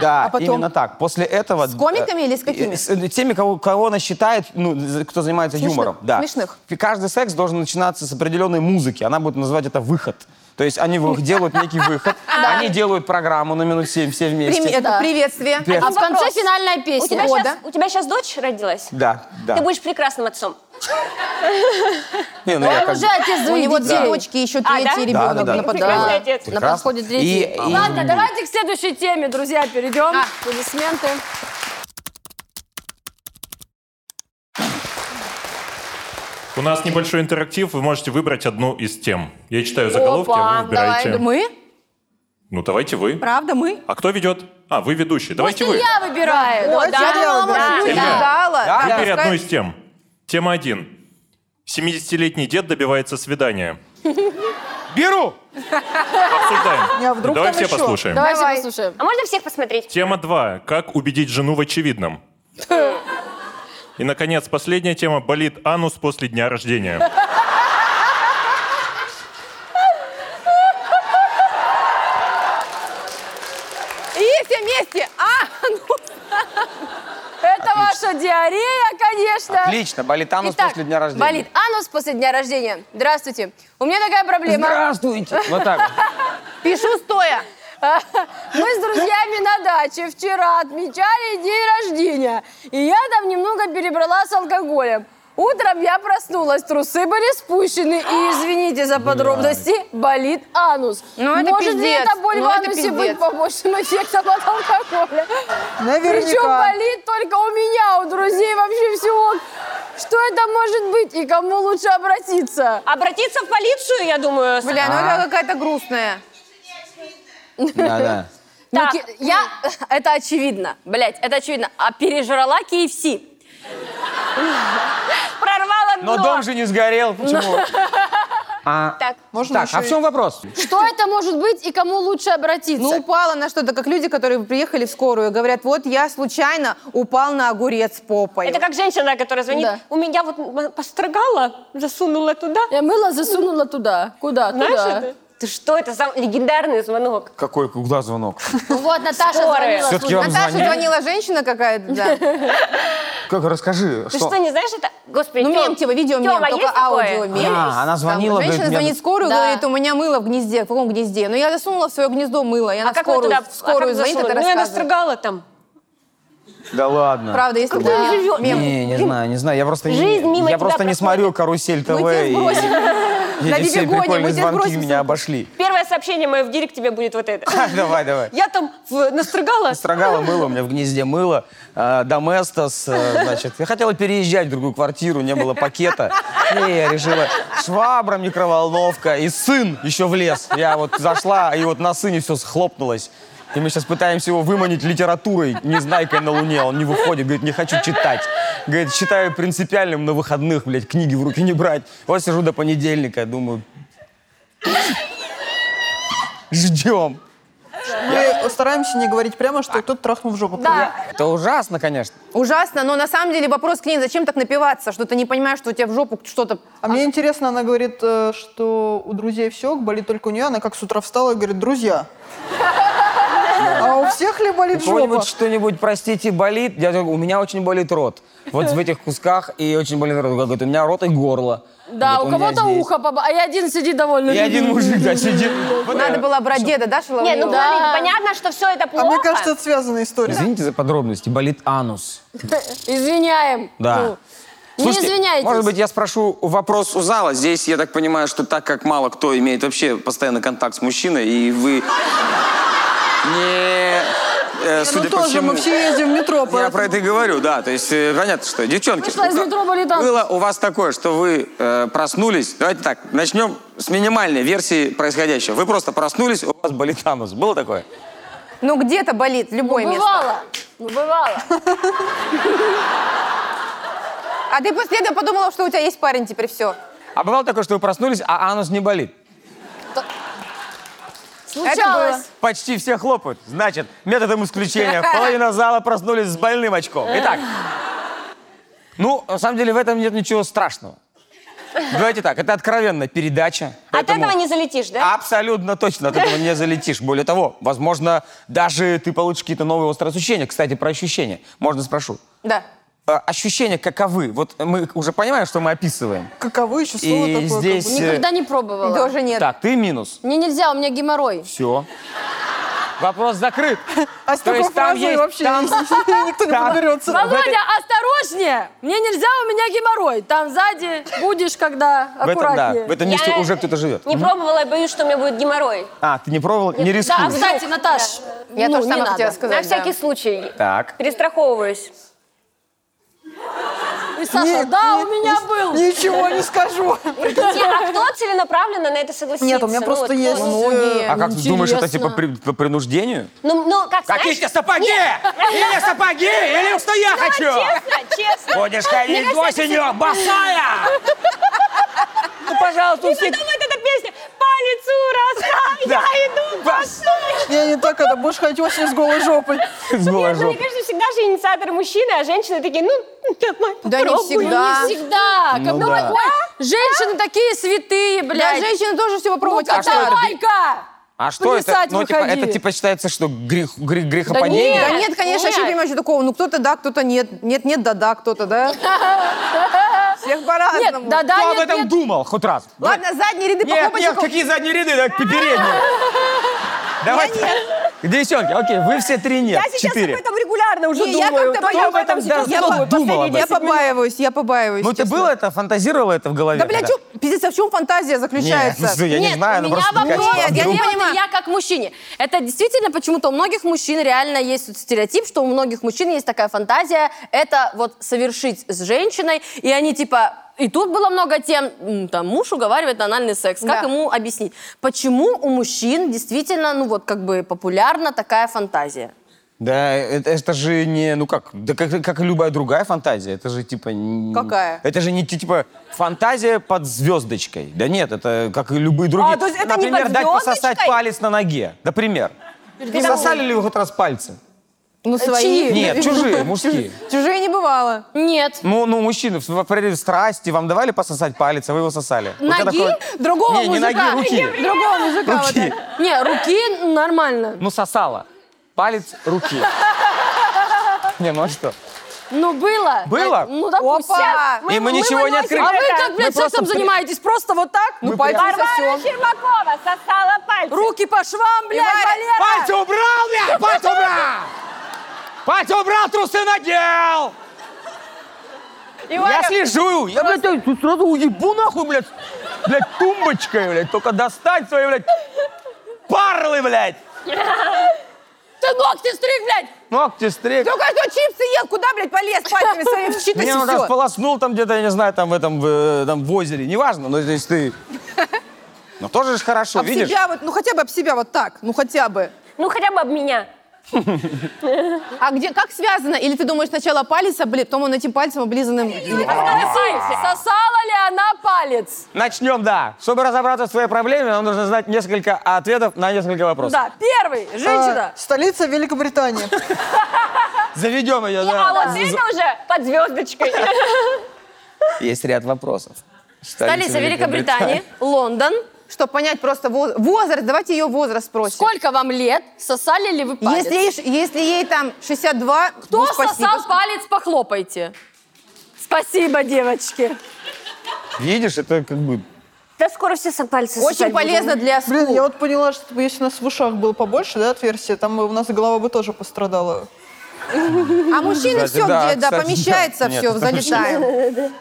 Speaker 8: Да, именно так. После этого... э, С
Speaker 2: комиками или с какими?
Speaker 8: теми, кого, кого она считает, ну, за- кто занимается
Speaker 2: Смешных.
Speaker 8: юмором. Да.
Speaker 2: Смешных.
Speaker 8: И Каждый секс должен начинаться с определенной музыки. Она будет называть это выход. То есть они вы- делают некий выход, они делают программу на минут семь все
Speaker 2: Прим-
Speaker 8: вместе.
Speaker 2: это Приветствие.
Speaker 8: Привет.
Speaker 1: А в конце
Speaker 3: Вопрос.
Speaker 1: финальная
Speaker 3: У тебя
Speaker 1: песня.
Speaker 2: О,
Speaker 3: щас-
Speaker 2: да.
Speaker 3: У тебя сейчас дочь родилась?
Speaker 8: Да, да.
Speaker 3: Ты будешь прекрасным отцом.
Speaker 8: Не, ну я как бы-
Speaker 1: Уже отец
Speaker 2: У
Speaker 1: двоих
Speaker 2: него две
Speaker 1: детей.
Speaker 2: дочки, еще
Speaker 3: А, да?
Speaker 2: третий ребенок
Speaker 8: Да-да-да.
Speaker 2: на
Speaker 3: Прекрасный
Speaker 2: подходе.
Speaker 3: отец.
Speaker 1: На
Speaker 8: Прекрасно.
Speaker 1: подходе третий.
Speaker 8: И- и-
Speaker 1: Ладно, давайте к следующей теме, друзья, перейдем. Аплодисменты.
Speaker 4: У нас небольшой интерактив, вы можете выбрать одну из тем. Я читаю заголовки, а вы выбираете.
Speaker 2: Мы?
Speaker 4: Ну давайте вы.
Speaker 2: Правда, мы?
Speaker 4: А кто ведет? А, вы ведущий. Давайте вы.
Speaker 1: Я выбираю.
Speaker 2: Вот,
Speaker 5: Давайте
Speaker 2: я
Speaker 5: я
Speaker 2: думала,
Speaker 5: выберу.
Speaker 2: может, Люда
Speaker 4: Да.
Speaker 2: дала.
Speaker 8: Да,
Speaker 4: Выбери
Speaker 2: Пускай-
Speaker 4: одну из тем. Тема 1. 70-летний дед добивается свидания.
Speaker 8: Беру!
Speaker 5: Не,
Speaker 4: Обсуждаем.
Speaker 5: а вдруг
Speaker 4: Давай
Speaker 5: там
Speaker 4: все
Speaker 5: еще?
Speaker 4: послушаем.
Speaker 1: Давайте
Speaker 2: Давай.
Speaker 1: послушаем.
Speaker 3: А можно всех посмотреть?
Speaker 4: Тема 2. Как убедить жену в очевидном. И, наконец, последняя тема. Болит анус после дня рождения.
Speaker 2: И все вместе. А, ну.
Speaker 1: Это ваша диарея, конечно.
Speaker 8: Отлично, болит анус
Speaker 1: Итак,
Speaker 8: после дня рождения.
Speaker 1: болит анус после дня рождения. Здравствуйте. У меня такая проблема.
Speaker 8: Здравствуйте! Вот так. вот.
Speaker 2: Пишу стоя.
Speaker 1: Мы с друзьями на даче вчера отмечали день рождения. И я там немного перебрала с алкоголем. Утром я проснулась, трусы были спущены, и, извините за подробности, болит анус.
Speaker 2: Ну, это
Speaker 1: Может ли
Speaker 2: пиздец.
Speaker 1: эта боль
Speaker 2: Ну,
Speaker 1: в
Speaker 2: это
Speaker 1: анусе
Speaker 2: пиздец.
Speaker 1: быть побочным эффектом от алкоголя?
Speaker 5: Наверняка.
Speaker 1: Причем болит только у меня, у друзей вообще всего. Что это может быть и кому лучше обратиться?
Speaker 3: Обратиться в полицию, я думаю. с-
Speaker 2: Бля, ну это какая-то грустная.
Speaker 8: Да-да.
Speaker 1: Ну,
Speaker 3: Так.
Speaker 1: ки- я... Это очевидно, блядь, это очевидно. А пережрала KFC.
Speaker 3: Прорвало
Speaker 8: Но
Speaker 3: дно.
Speaker 8: дом же не сгорел, почему? А,
Speaker 3: Так,
Speaker 5: Можно
Speaker 8: так, а в
Speaker 5: еще
Speaker 8: чем вопрос?
Speaker 1: Что это может быть и кому лучше обратиться?
Speaker 2: Ну, упала на что-то, как люди, которые приехали в скорую и говорят, вот я случайно упал на огурец попой.
Speaker 3: это как женщина, которая звонит.
Speaker 1: Да.
Speaker 3: У меня вот м- построгала, засунула туда.
Speaker 1: Я мыло засунула туда. Куда?
Speaker 7: Ну
Speaker 3: Знаешь
Speaker 1: туда.
Speaker 3: это? Ты что, это за легендарный звонок?
Speaker 8: Какой куда звонок?
Speaker 1: Ну Вот, Наташа
Speaker 3: Скорая.
Speaker 1: звонила.
Speaker 8: Всё-таки вам
Speaker 2: Наташа
Speaker 8: звонили?
Speaker 2: звонила женщина какая-то, да.
Speaker 8: Как, расскажи,
Speaker 3: Ты что, не знаешь это? Господи,
Speaker 2: Ну,
Speaker 3: Тём,
Speaker 2: мем, типа, видео
Speaker 3: Тёма,
Speaker 2: мем, только
Speaker 3: есть такое?
Speaker 2: аудио мем.
Speaker 8: А, она звонила, говорит,
Speaker 2: Женщина
Speaker 8: мне-
Speaker 2: звонит в скорую,
Speaker 1: Да.
Speaker 2: говорит, у меня мыло в гнезде. В каком гнезде? Ну, я засунула в свое гнездо мыло, я
Speaker 3: А
Speaker 2: на
Speaker 3: как вы
Speaker 2: скорую,
Speaker 3: туда?
Speaker 2: в
Speaker 3: а
Speaker 2: скорую
Speaker 3: как
Speaker 2: звонит,
Speaker 3: засунули?
Speaker 2: это
Speaker 3: Ну, я
Speaker 2: рассказывает.
Speaker 3: настрогала там.
Speaker 8: Да ладно.
Speaker 2: Правда, если бы
Speaker 3: он
Speaker 2: да,
Speaker 3: живёт?
Speaker 2: мем.
Speaker 8: Не, не знаю, не знаю. Я просто
Speaker 3: Жизнь
Speaker 8: не,
Speaker 3: мимо
Speaker 8: я
Speaker 3: тебя
Speaker 8: просто не
Speaker 3: проходит.
Speaker 8: смотрю карусель ТВ.
Speaker 2: Мы тебя
Speaker 8: и-
Speaker 2: сбросим.
Speaker 8: и
Speaker 2: ну, На
Speaker 8: эти все
Speaker 2: Бибигоне,
Speaker 8: прикольные
Speaker 2: мы тебя
Speaker 8: звонки
Speaker 2: сбросим
Speaker 8: меня
Speaker 2: ссылку.
Speaker 8: обошли.
Speaker 3: Первое сообщение мое в директ тебе будет вот это.
Speaker 8: Давай, давай.
Speaker 3: Я там в- настрогала.
Speaker 8: Строгала мыло, у меня в гнезде мыло, э, доместос, э, значит. Я хотела переезжать в другую квартиру, не было пакета. И я решила, швабра, микроволновка и сын еще влез. Я вот зашла, и вот на сыне все схлопнулось. И мы сейчас пытаемся его выманить литературой, незнайкой на луне. Он не выходит, говорит, не хочу читать. Говорит, считаю принципиальным на выходных, блядь, книги в руки не брать. Вот сижу до понедельника, думаю, ждем.
Speaker 5: Мы стараемся не говорить прямо, что кто-то трахнул в жопу.
Speaker 1: Да.
Speaker 8: Это ужасно, конечно.
Speaker 2: Ужасно, но на самом деле вопрос к ней, зачем так напиваться, что ты не понимаешь, что у тебя в жопу что-то...
Speaker 5: А мне интересно, она говорит, э, что у друзей все, болит только у нее. Она как с утра встала и говорит, друзья. А у всех ли болит
Speaker 8: У кого-нибудь
Speaker 5: жопа?
Speaker 8: что-нибудь, простите, болит? Я, говорю, у меня очень болит рот. Вот в этих кусках и очень болит рот. Говорит, у меня рот и горло.
Speaker 1: Да,
Speaker 8: Говорит,
Speaker 1: у
Speaker 8: меня
Speaker 1: кого-то
Speaker 8: здесь.
Speaker 1: ухо, попа- а я один сидит довольно.
Speaker 8: И один мужик, да, сидит. Э, Вот
Speaker 2: Надо
Speaker 8: это.
Speaker 2: было брать деда, да,
Speaker 3: Не,
Speaker 2: Шаловьева?
Speaker 3: ну Павел, понятно, что все это
Speaker 5: А
Speaker 3: плохо.
Speaker 5: мне кажется, это связанная история.
Speaker 8: Извините за подробности, болит анус.
Speaker 7: Ну,
Speaker 1: Извиняем.
Speaker 8: Да.
Speaker 1: Ну, не извиняйтесь.
Speaker 7: Может быть, я спрошу вопрос у зала. Здесь, я так понимаю, что так как мало кто имеет вообще постоянный контакт с мужчиной, и вы не... э,
Speaker 5: Ну
Speaker 7: Судя по
Speaker 5: тоже, мы
Speaker 7: всему-
Speaker 5: все ездим в метро,
Speaker 7: Я про
Speaker 5: поэтому...
Speaker 7: это и говорю, да. То есть, э, понятно, что, девчонки,
Speaker 1: Вышла из
Speaker 8: ну,
Speaker 7: у-
Speaker 1: метро, болит анус.
Speaker 7: было у вас такое, что вы э, проснулись. Давайте так, начнем с минимальной версии происходящего. Вы просто проснулись, у вас болит анус. Было такое?
Speaker 2: Ну, где-то болит, любое место.
Speaker 1: Бывало. Ну, бывало.
Speaker 2: А ты после этого подумала, что у тебя есть парень теперь все.
Speaker 8: А бывало такое, что вы проснулись, а анус не болит?
Speaker 1: Случалось.
Speaker 8: Почти все хлопают. Значит, методом исключения половина зала проснулись с больным очком. Итак, ну, на самом деле в этом нет ничего страшного. Давайте так, это откровенно передача.
Speaker 1: А
Speaker 3: От
Speaker 8: поэтому-
Speaker 3: этого не залетишь, да?
Speaker 8: Абсолютно точно, от этого не залетишь. Более того, возможно, даже ты получишь какие-то новые острые ощущения. Кстати, про ощущения. Можно спрошу?
Speaker 2: Да.
Speaker 8: Э, Ощущения каковы? Вот мы уже понимаем, что мы описываем.
Speaker 5: Каково еще слово
Speaker 8: И
Speaker 5: такое? как
Speaker 8: здесь-
Speaker 5: бы?
Speaker 8: Э,
Speaker 1: Никогда не пробовала.
Speaker 2: Тоже нет.
Speaker 8: Так, ты минус.
Speaker 1: Мне нельзя, у меня геморрой.
Speaker 8: Все. Вопрос закрыт.
Speaker 5: А с
Speaker 8: То
Speaker 5: такой
Speaker 8: есть там
Speaker 5: фразой
Speaker 8: есть-
Speaker 5: вообще
Speaker 8: там-
Speaker 5: никто не
Speaker 8: там-
Speaker 5: подберется.
Speaker 8: в этой-
Speaker 1: Володя, осторожнее! Мне нельзя, у меня геморрой. Там сзади будешь, когда
Speaker 8: В этом, да,
Speaker 1: аккуратнее.
Speaker 8: в этом месте
Speaker 3: Я
Speaker 8: уже кто-то живет.
Speaker 3: Не пробовала и боюсь, что у меня будет геморрой.
Speaker 8: А, ты не пробовал? Не рискуй.
Speaker 1: Да, кстати, Наташ,
Speaker 2: Я
Speaker 1: ну,
Speaker 2: тоже
Speaker 1: не
Speaker 2: сама хотела
Speaker 1: надо.
Speaker 2: сказать. да.
Speaker 3: На всякий случай.
Speaker 8: Так.
Speaker 3: Перестраховываюсь.
Speaker 1: И Саша, да, у меня был.
Speaker 5: Ничего не скажу.
Speaker 3: Не, а кто целенаправленно на это согласится?
Speaker 5: Нет, у меня
Speaker 3: Ну,
Speaker 5: просто
Speaker 3: вот кто?
Speaker 5: есть... э,
Speaker 8: А как ты думаешь, это типа
Speaker 1: Интересно.
Speaker 8: при- по принуждению?
Speaker 3: Ну, ну, как
Speaker 8: Какие
Speaker 3: знаешь,
Speaker 8: тебе сапоги? Или сапоги, или что я хочу?
Speaker 3: честно, честно.
Speaker 8: Будешь ходить осенью, босая! Ну, пожалуйста, у
Speaker 3: И
Speaker 8: всех...
Speaker 3: потом вот эта песня «По лицу раскам, я иду босой».
Speaker 5: Я не так, когда будешь ходить осенью с голой жопой.
Speaker 8: С
Speaker 3: Ну, Мне
Speaker 8: голой жопой.
Speaker 3: кажется, всегда же инициатор мужчины, а женщины такие, ну, давай
Speaker 2: Да не
Speaker 3: попробуй».
Speaker 2: всегда.
Speaker 1: Не всегда. Как
Speaker 8: Ну
Speaker 1: бы,
Speaker 8: да.
Speaker 1: ой, женщины такие святые,
Speaker 2: Да,
Speaker 1: блядь.
Speaker 2: А женщины тоже все попробовать.
Speaker 1: Ну-ка,
Speaker 8: а что это?
Speaker 1: давай-ка!
Speaker 8: А что это?
Speaker 1: Плясать
Speaker 8: Ну, типа,
Speaker 1: выходи.
Speaker 8: это типа считается, что грех, грех- грехопадение?
Speaker 2: Да нет, конечно, вообще
Speaker 1: Нет.
Speaker 2: понимаю, что такого. Ну, кто-то да, кто-то нет. Нет, нет, да, да, кто-то, да. Всех по-разному.
Speaker 1: Нет, да, да,
Speaker 8: Кто об
Speaker 1: нет,
Speaker 8: этом
Speaker 1: нет.
Speaker 8: думал хоть раз?
Speaker 2: Ладно, задние ряды
Speaker 8: Нет, нет,
Speaker 2: похлопочек.
Speaker 8: какие задние ряды, так передние. Давайте. Девчонки, окей, вы все три нет.
Speaker 10: Я сейчас
Speaker 8: Четыре.
Speaker 10: об этом регулярно уже
Speaker 2: Не, я
Speaker 10: думаю.
Speaker 2: как-то
Speaker 10: Кто
Speaker 2: боюсь,
Speaker 10: об этом
Speaker 8: я
Speaker 10: сейчас
Speaker 8: как-то
Speaker 10: думаю
Speaker 8: думала
Speaker 10: последние
Speaker 8: об
Speaker 2: Я
Speaker 10: 10 минут?
Speaker 2: побаиваюсь, я побаиваюсь.
Speaker 8: Ну ты
Speaker 2: честно.
Speaker 8: было это, фантазировала это в голове?
Speaker 2: Да, бля, чё, пиздец, а в чем фантазия
Speaker 8: Нет,
Speaker 2: заключается?
Speaker 8: я не
Speaker 1: Нет,
Speaker 8: знаю,
Speaker 1: у
Speaker 8: ну
Speaker 1: меня
Speaker 8: просто... мне
Speaker 1: вопрос,
Speaker 8: кажется,
Speaker 1: я,
Speaker 8: вдруг-
Speaker 1: не понимаю. я как мужчине. Это действительно почему-то у многих мужчин реально есть вот стереотип, что у многих мужчин есть такая фантазия, это вот совершить с женщиной, и они типа... И тут было много тем, м, там, муж уговаривает на анальный секс. Как
Speaker 2: Да.
Speaker 1: ему объяснить? Почему у мужчин действительно, ну вот, как бы популярна такая фантазия?
Speaker 8: Да, это, это же не, ну как, да как, как и любая другая фантазия, это же типа... н-
Speaker 2: Какая?
Speaker 8: Это же не ти- типа фантазия под звездочкой. Да нет, это как и любые другие.
Speaker 10: А, то есть это не
Speaker 8: Например,
Speaker 10: под
Speaker 8: дать пососать
Speaker 10: звездочкой?
Speaker 8: палец на ноге. Например. Вы сосали ли вы хоть раз пальцы?
Speaker 2: Ну свои.
Speaker 8: Нет, чужие, мужские.
Speaker 2: Чужие не бывало.
Speaker 1: Нет.
Speaker 8: Ну, ну, мужчины, в, в порыве страсти вам давали пососать палец, а вы его сосали. Вот я
Speaker 1: Ноги?
Speaker 2: Другого
Speaker 8: не, не
Speaker 2: мужика.
Speaker 8: ноги, руки.
Speaker 2: Другого мужика. вот
Speaker 8: Руки.
Speaker 2: так.
Speaker 1: Не, руки нормально.
Speaker 8: Ну, сосала. Палец руки. Не, ну а что?
Speaker 1: Ну, было.
Speaker 8: Было?
Speaker 1: Ну, допустим.
Speaker 2: Опа!
Speaker 8: И мы ничего не
Speaker 10: выносим
Speaker 8: открыли.
Speaker 1: А вы
Speaker 10: это.
Speaker 1: как, блядь, сексом занимаетесь? Просто вот так?
Speaker 2: Ну,
Speaker 8: Мы
Speaker 2: пальцы
Speaker 8: прям-
Speaker 10: Варвара
Speaker 2: сосем.
Speaker 10: Щербакова сосала пальцы.
Speaker 1: Руки по швам, блядь,
Speaker 2: Варя-
Speaker 1: Валера!
Speaker 8: Пальцы убрал, бля! Пальцы убрал! Пальцы убрал, трусы надел!
Speaker 10: И
Speaker 8: Я
Speaker 10: Варя-
Speaker 8: слежу! Я, блядь, я тут сразу уебу нахуй, блядь! Блядь, тумбочкой, блядь! Только достать свои, блядь, парлы, блядь!
Speaker 1: Ты ногти стриг, блядь!
Speaker 8: Ногти стриг.
Speaker 2: Только что чипсы ел, куда, блядь, полез пальцами своими в щит и
Speaker 8: Меня он раз
Speaker 2: все.
Speaker 8: полоснул там где-то, я не знаю, там в этом, в, э, там в озере, неважно, но здесь ты... Ну тоже же хорошо,
Speaker 2: Об
Speaker 8: видишь?
Speaker 2: себя вот, ну хотя бы об себя вот так, ну хотя бы.
Speaker 3: Ну, хотя бы об меня.
Speaker 2: А где, как связано? Или ты думаешь, сначала палец, обли- потом он этим пальцем облизанным... Или-
Speaker 1: Спроси, сосала ли она палец?
Speaker 8: Начнем, да. Чтобы разобраться в своей проблеме, нам нужно знать несколько ответов на несколько вопросов.
Speaker 1: Да, первый, женщина.
Speaker 5: А, столица Великобритании.
Speaker 8: Заведем ее, да.
Speaker 3: А вот это уже под звездочкой.
Speaker 8: Есть ряд вопросов.
Speaker 1: Столица Великобритании, Лондон.
Speaker 2: Чтобы понять просто воз- возраст, давайте ее возраст спросим.
Speaker 1: Сколько вам лет? Сосали ли вы палец?
Speaker 2: Если ей, ш- если ей там 62,
Speaker 1: Кто
Speaker 2: ну, спасибо.
Speaker 1: сосал палец, похлопайте. Спасибо, девочки.
Speaker 8: Видишь, это как бы...
Speaker 3: Да скоро все сам пальцы
Speaker 2: Очень
Speaker 3: сосать будем.
Speaker 2: полезно для скул.
Speaker 5: Блин, я вот поняла, что типа, если у нас в ушах было побольше, да, отверстия, там у нас голова бы тоже пострадала.
Speaker 2: А мужчины
Speaker 8: Кстати,
Speaker 2: все,
Speaker 8: да,
Speaker 2: где да,
Speaker 8: кстати,
Speaker 2: помещается
Speaker 8: да. Нет,
Speaker 2: все,
Speaker 8: это
Speaker 2: залетаем.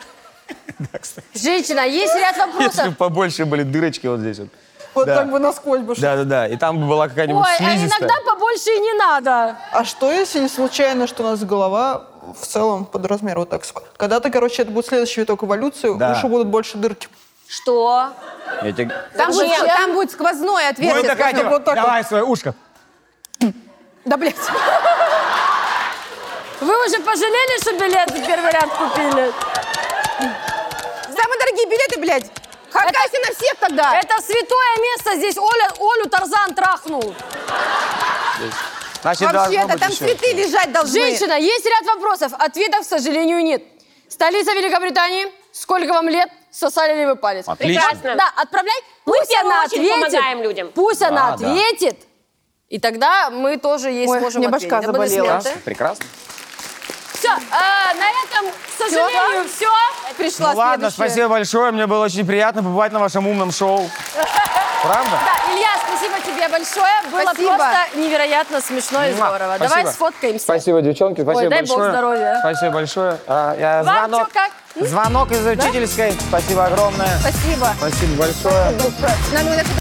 Speaker 1: Женщина, есть ряд
Speaker 8: Если бы
Speaker 1: вопросов.
Speaker 8: побольше были дырочки вот здесь вот.
Speaker 5: Вот
Speaker 8: Да.
Speaker 5: так бы насквозь бы. ш-
Speaker 8: Да-да-да, и там бы была какая-нибудь
Speaker 1: Ой, а
Speaker 8: слизистая.
Speaker 1: иногда побольше и не надо.
Speaker 5: А что, если не случайно, что у нас голова в целом под размер вот так? ск- Когда-то, короче, это будет следующий виток эволюции,
Speaker 8: Да.
Speaker 5: уши будут больше дырки.
Speaker 3: Что?
Speaker 8: Я тебе-
Speaker 2: Там будет, там будет сквозное
Speaker 8: Будет
Speaker 2: отверстие.
Speaker 8: такая
Speaker 2: сквозное.
Speaker 8: типа, давай свое ушко.
Speaker 2: Да, блядь.
Speaker 1: Вы уже пожалели, что билеты в первый ряд купили?
Speaker 2: Самые дорогие билеты, блядь. Харкайся на всех
Speaker 3: А.
Speaker 2: тогда.
Speaker 1: Это святое место здесь. Оля, Олю Тарзан трахнул.
Speaker 8: Значит, должно
Speaker 2: Вообще-то
Speaker 8: быть
Speaker 2: там
Speaker 8: еще.
Speaker 2: цветы лежать должны.
Speaker 1: Женщина, есть ряд вопросов. Ответов, к сожалению, нет. Столица Великобритании. Сколько вам лет? Сосали ли вы палец?
Speaker 8: Отлично.
Speaker 3: Прекрасно.
Speaker 1: Да, отправляй.
Speaker 3: Мы
Speaker 1: Пусть
Speaker 3: в первую
Speaker 1: она
Speaker 3: очередь
Speaker 1: ответит.
Speaker 3: помогаем людям.
Speaker 1: Пусть она
Speaker 8: Да, да.
Speaker 1: ответит. И тогда мы тоже ей
Speaker 2: Ой,
Speaker 1: сможем
Speaker 2: мне башка
Speaker 1: ответить.
Speaker 2: заболела.
Speaker 8: Прекрасно.
Speaker 1: Все, э, на этом, к сожалению, все.
Speaker 2: пришла
Speaker 8: Ну ладно,
Speaker 2: следующая.
Speaker 8: спасибо большое, мне было очень приятно побывать на вашем умном шоу. Правда?
Speaker 1: Да, Илья, спасибо тебе большое. Было
Speaker 2: Спасибо.
Speaker 1: просто невероятно смешно и
Speaker 8: Муа.
Speaker 1: здорово.
Speaker 8: Спасибо.
Speaker 1: Давай сфоткаемся.
Speaker 8: Спасибо, девчонки, спасибо
Speaker 1: Ой, дай бог
Speaker 8: большое.
Speaker 1: здоровья.
Speaker 8: Спасибо большое. А, я
Speaker 1: Вам
Speaker 8: звонок,
Speaker 1: чё, как?
Speaker 8: звонок из учительской. Спасибо огромное.
Speaker 2: Спасибо.
Speaker 8: Спасибо большое.
Speaker 2: Нам иногда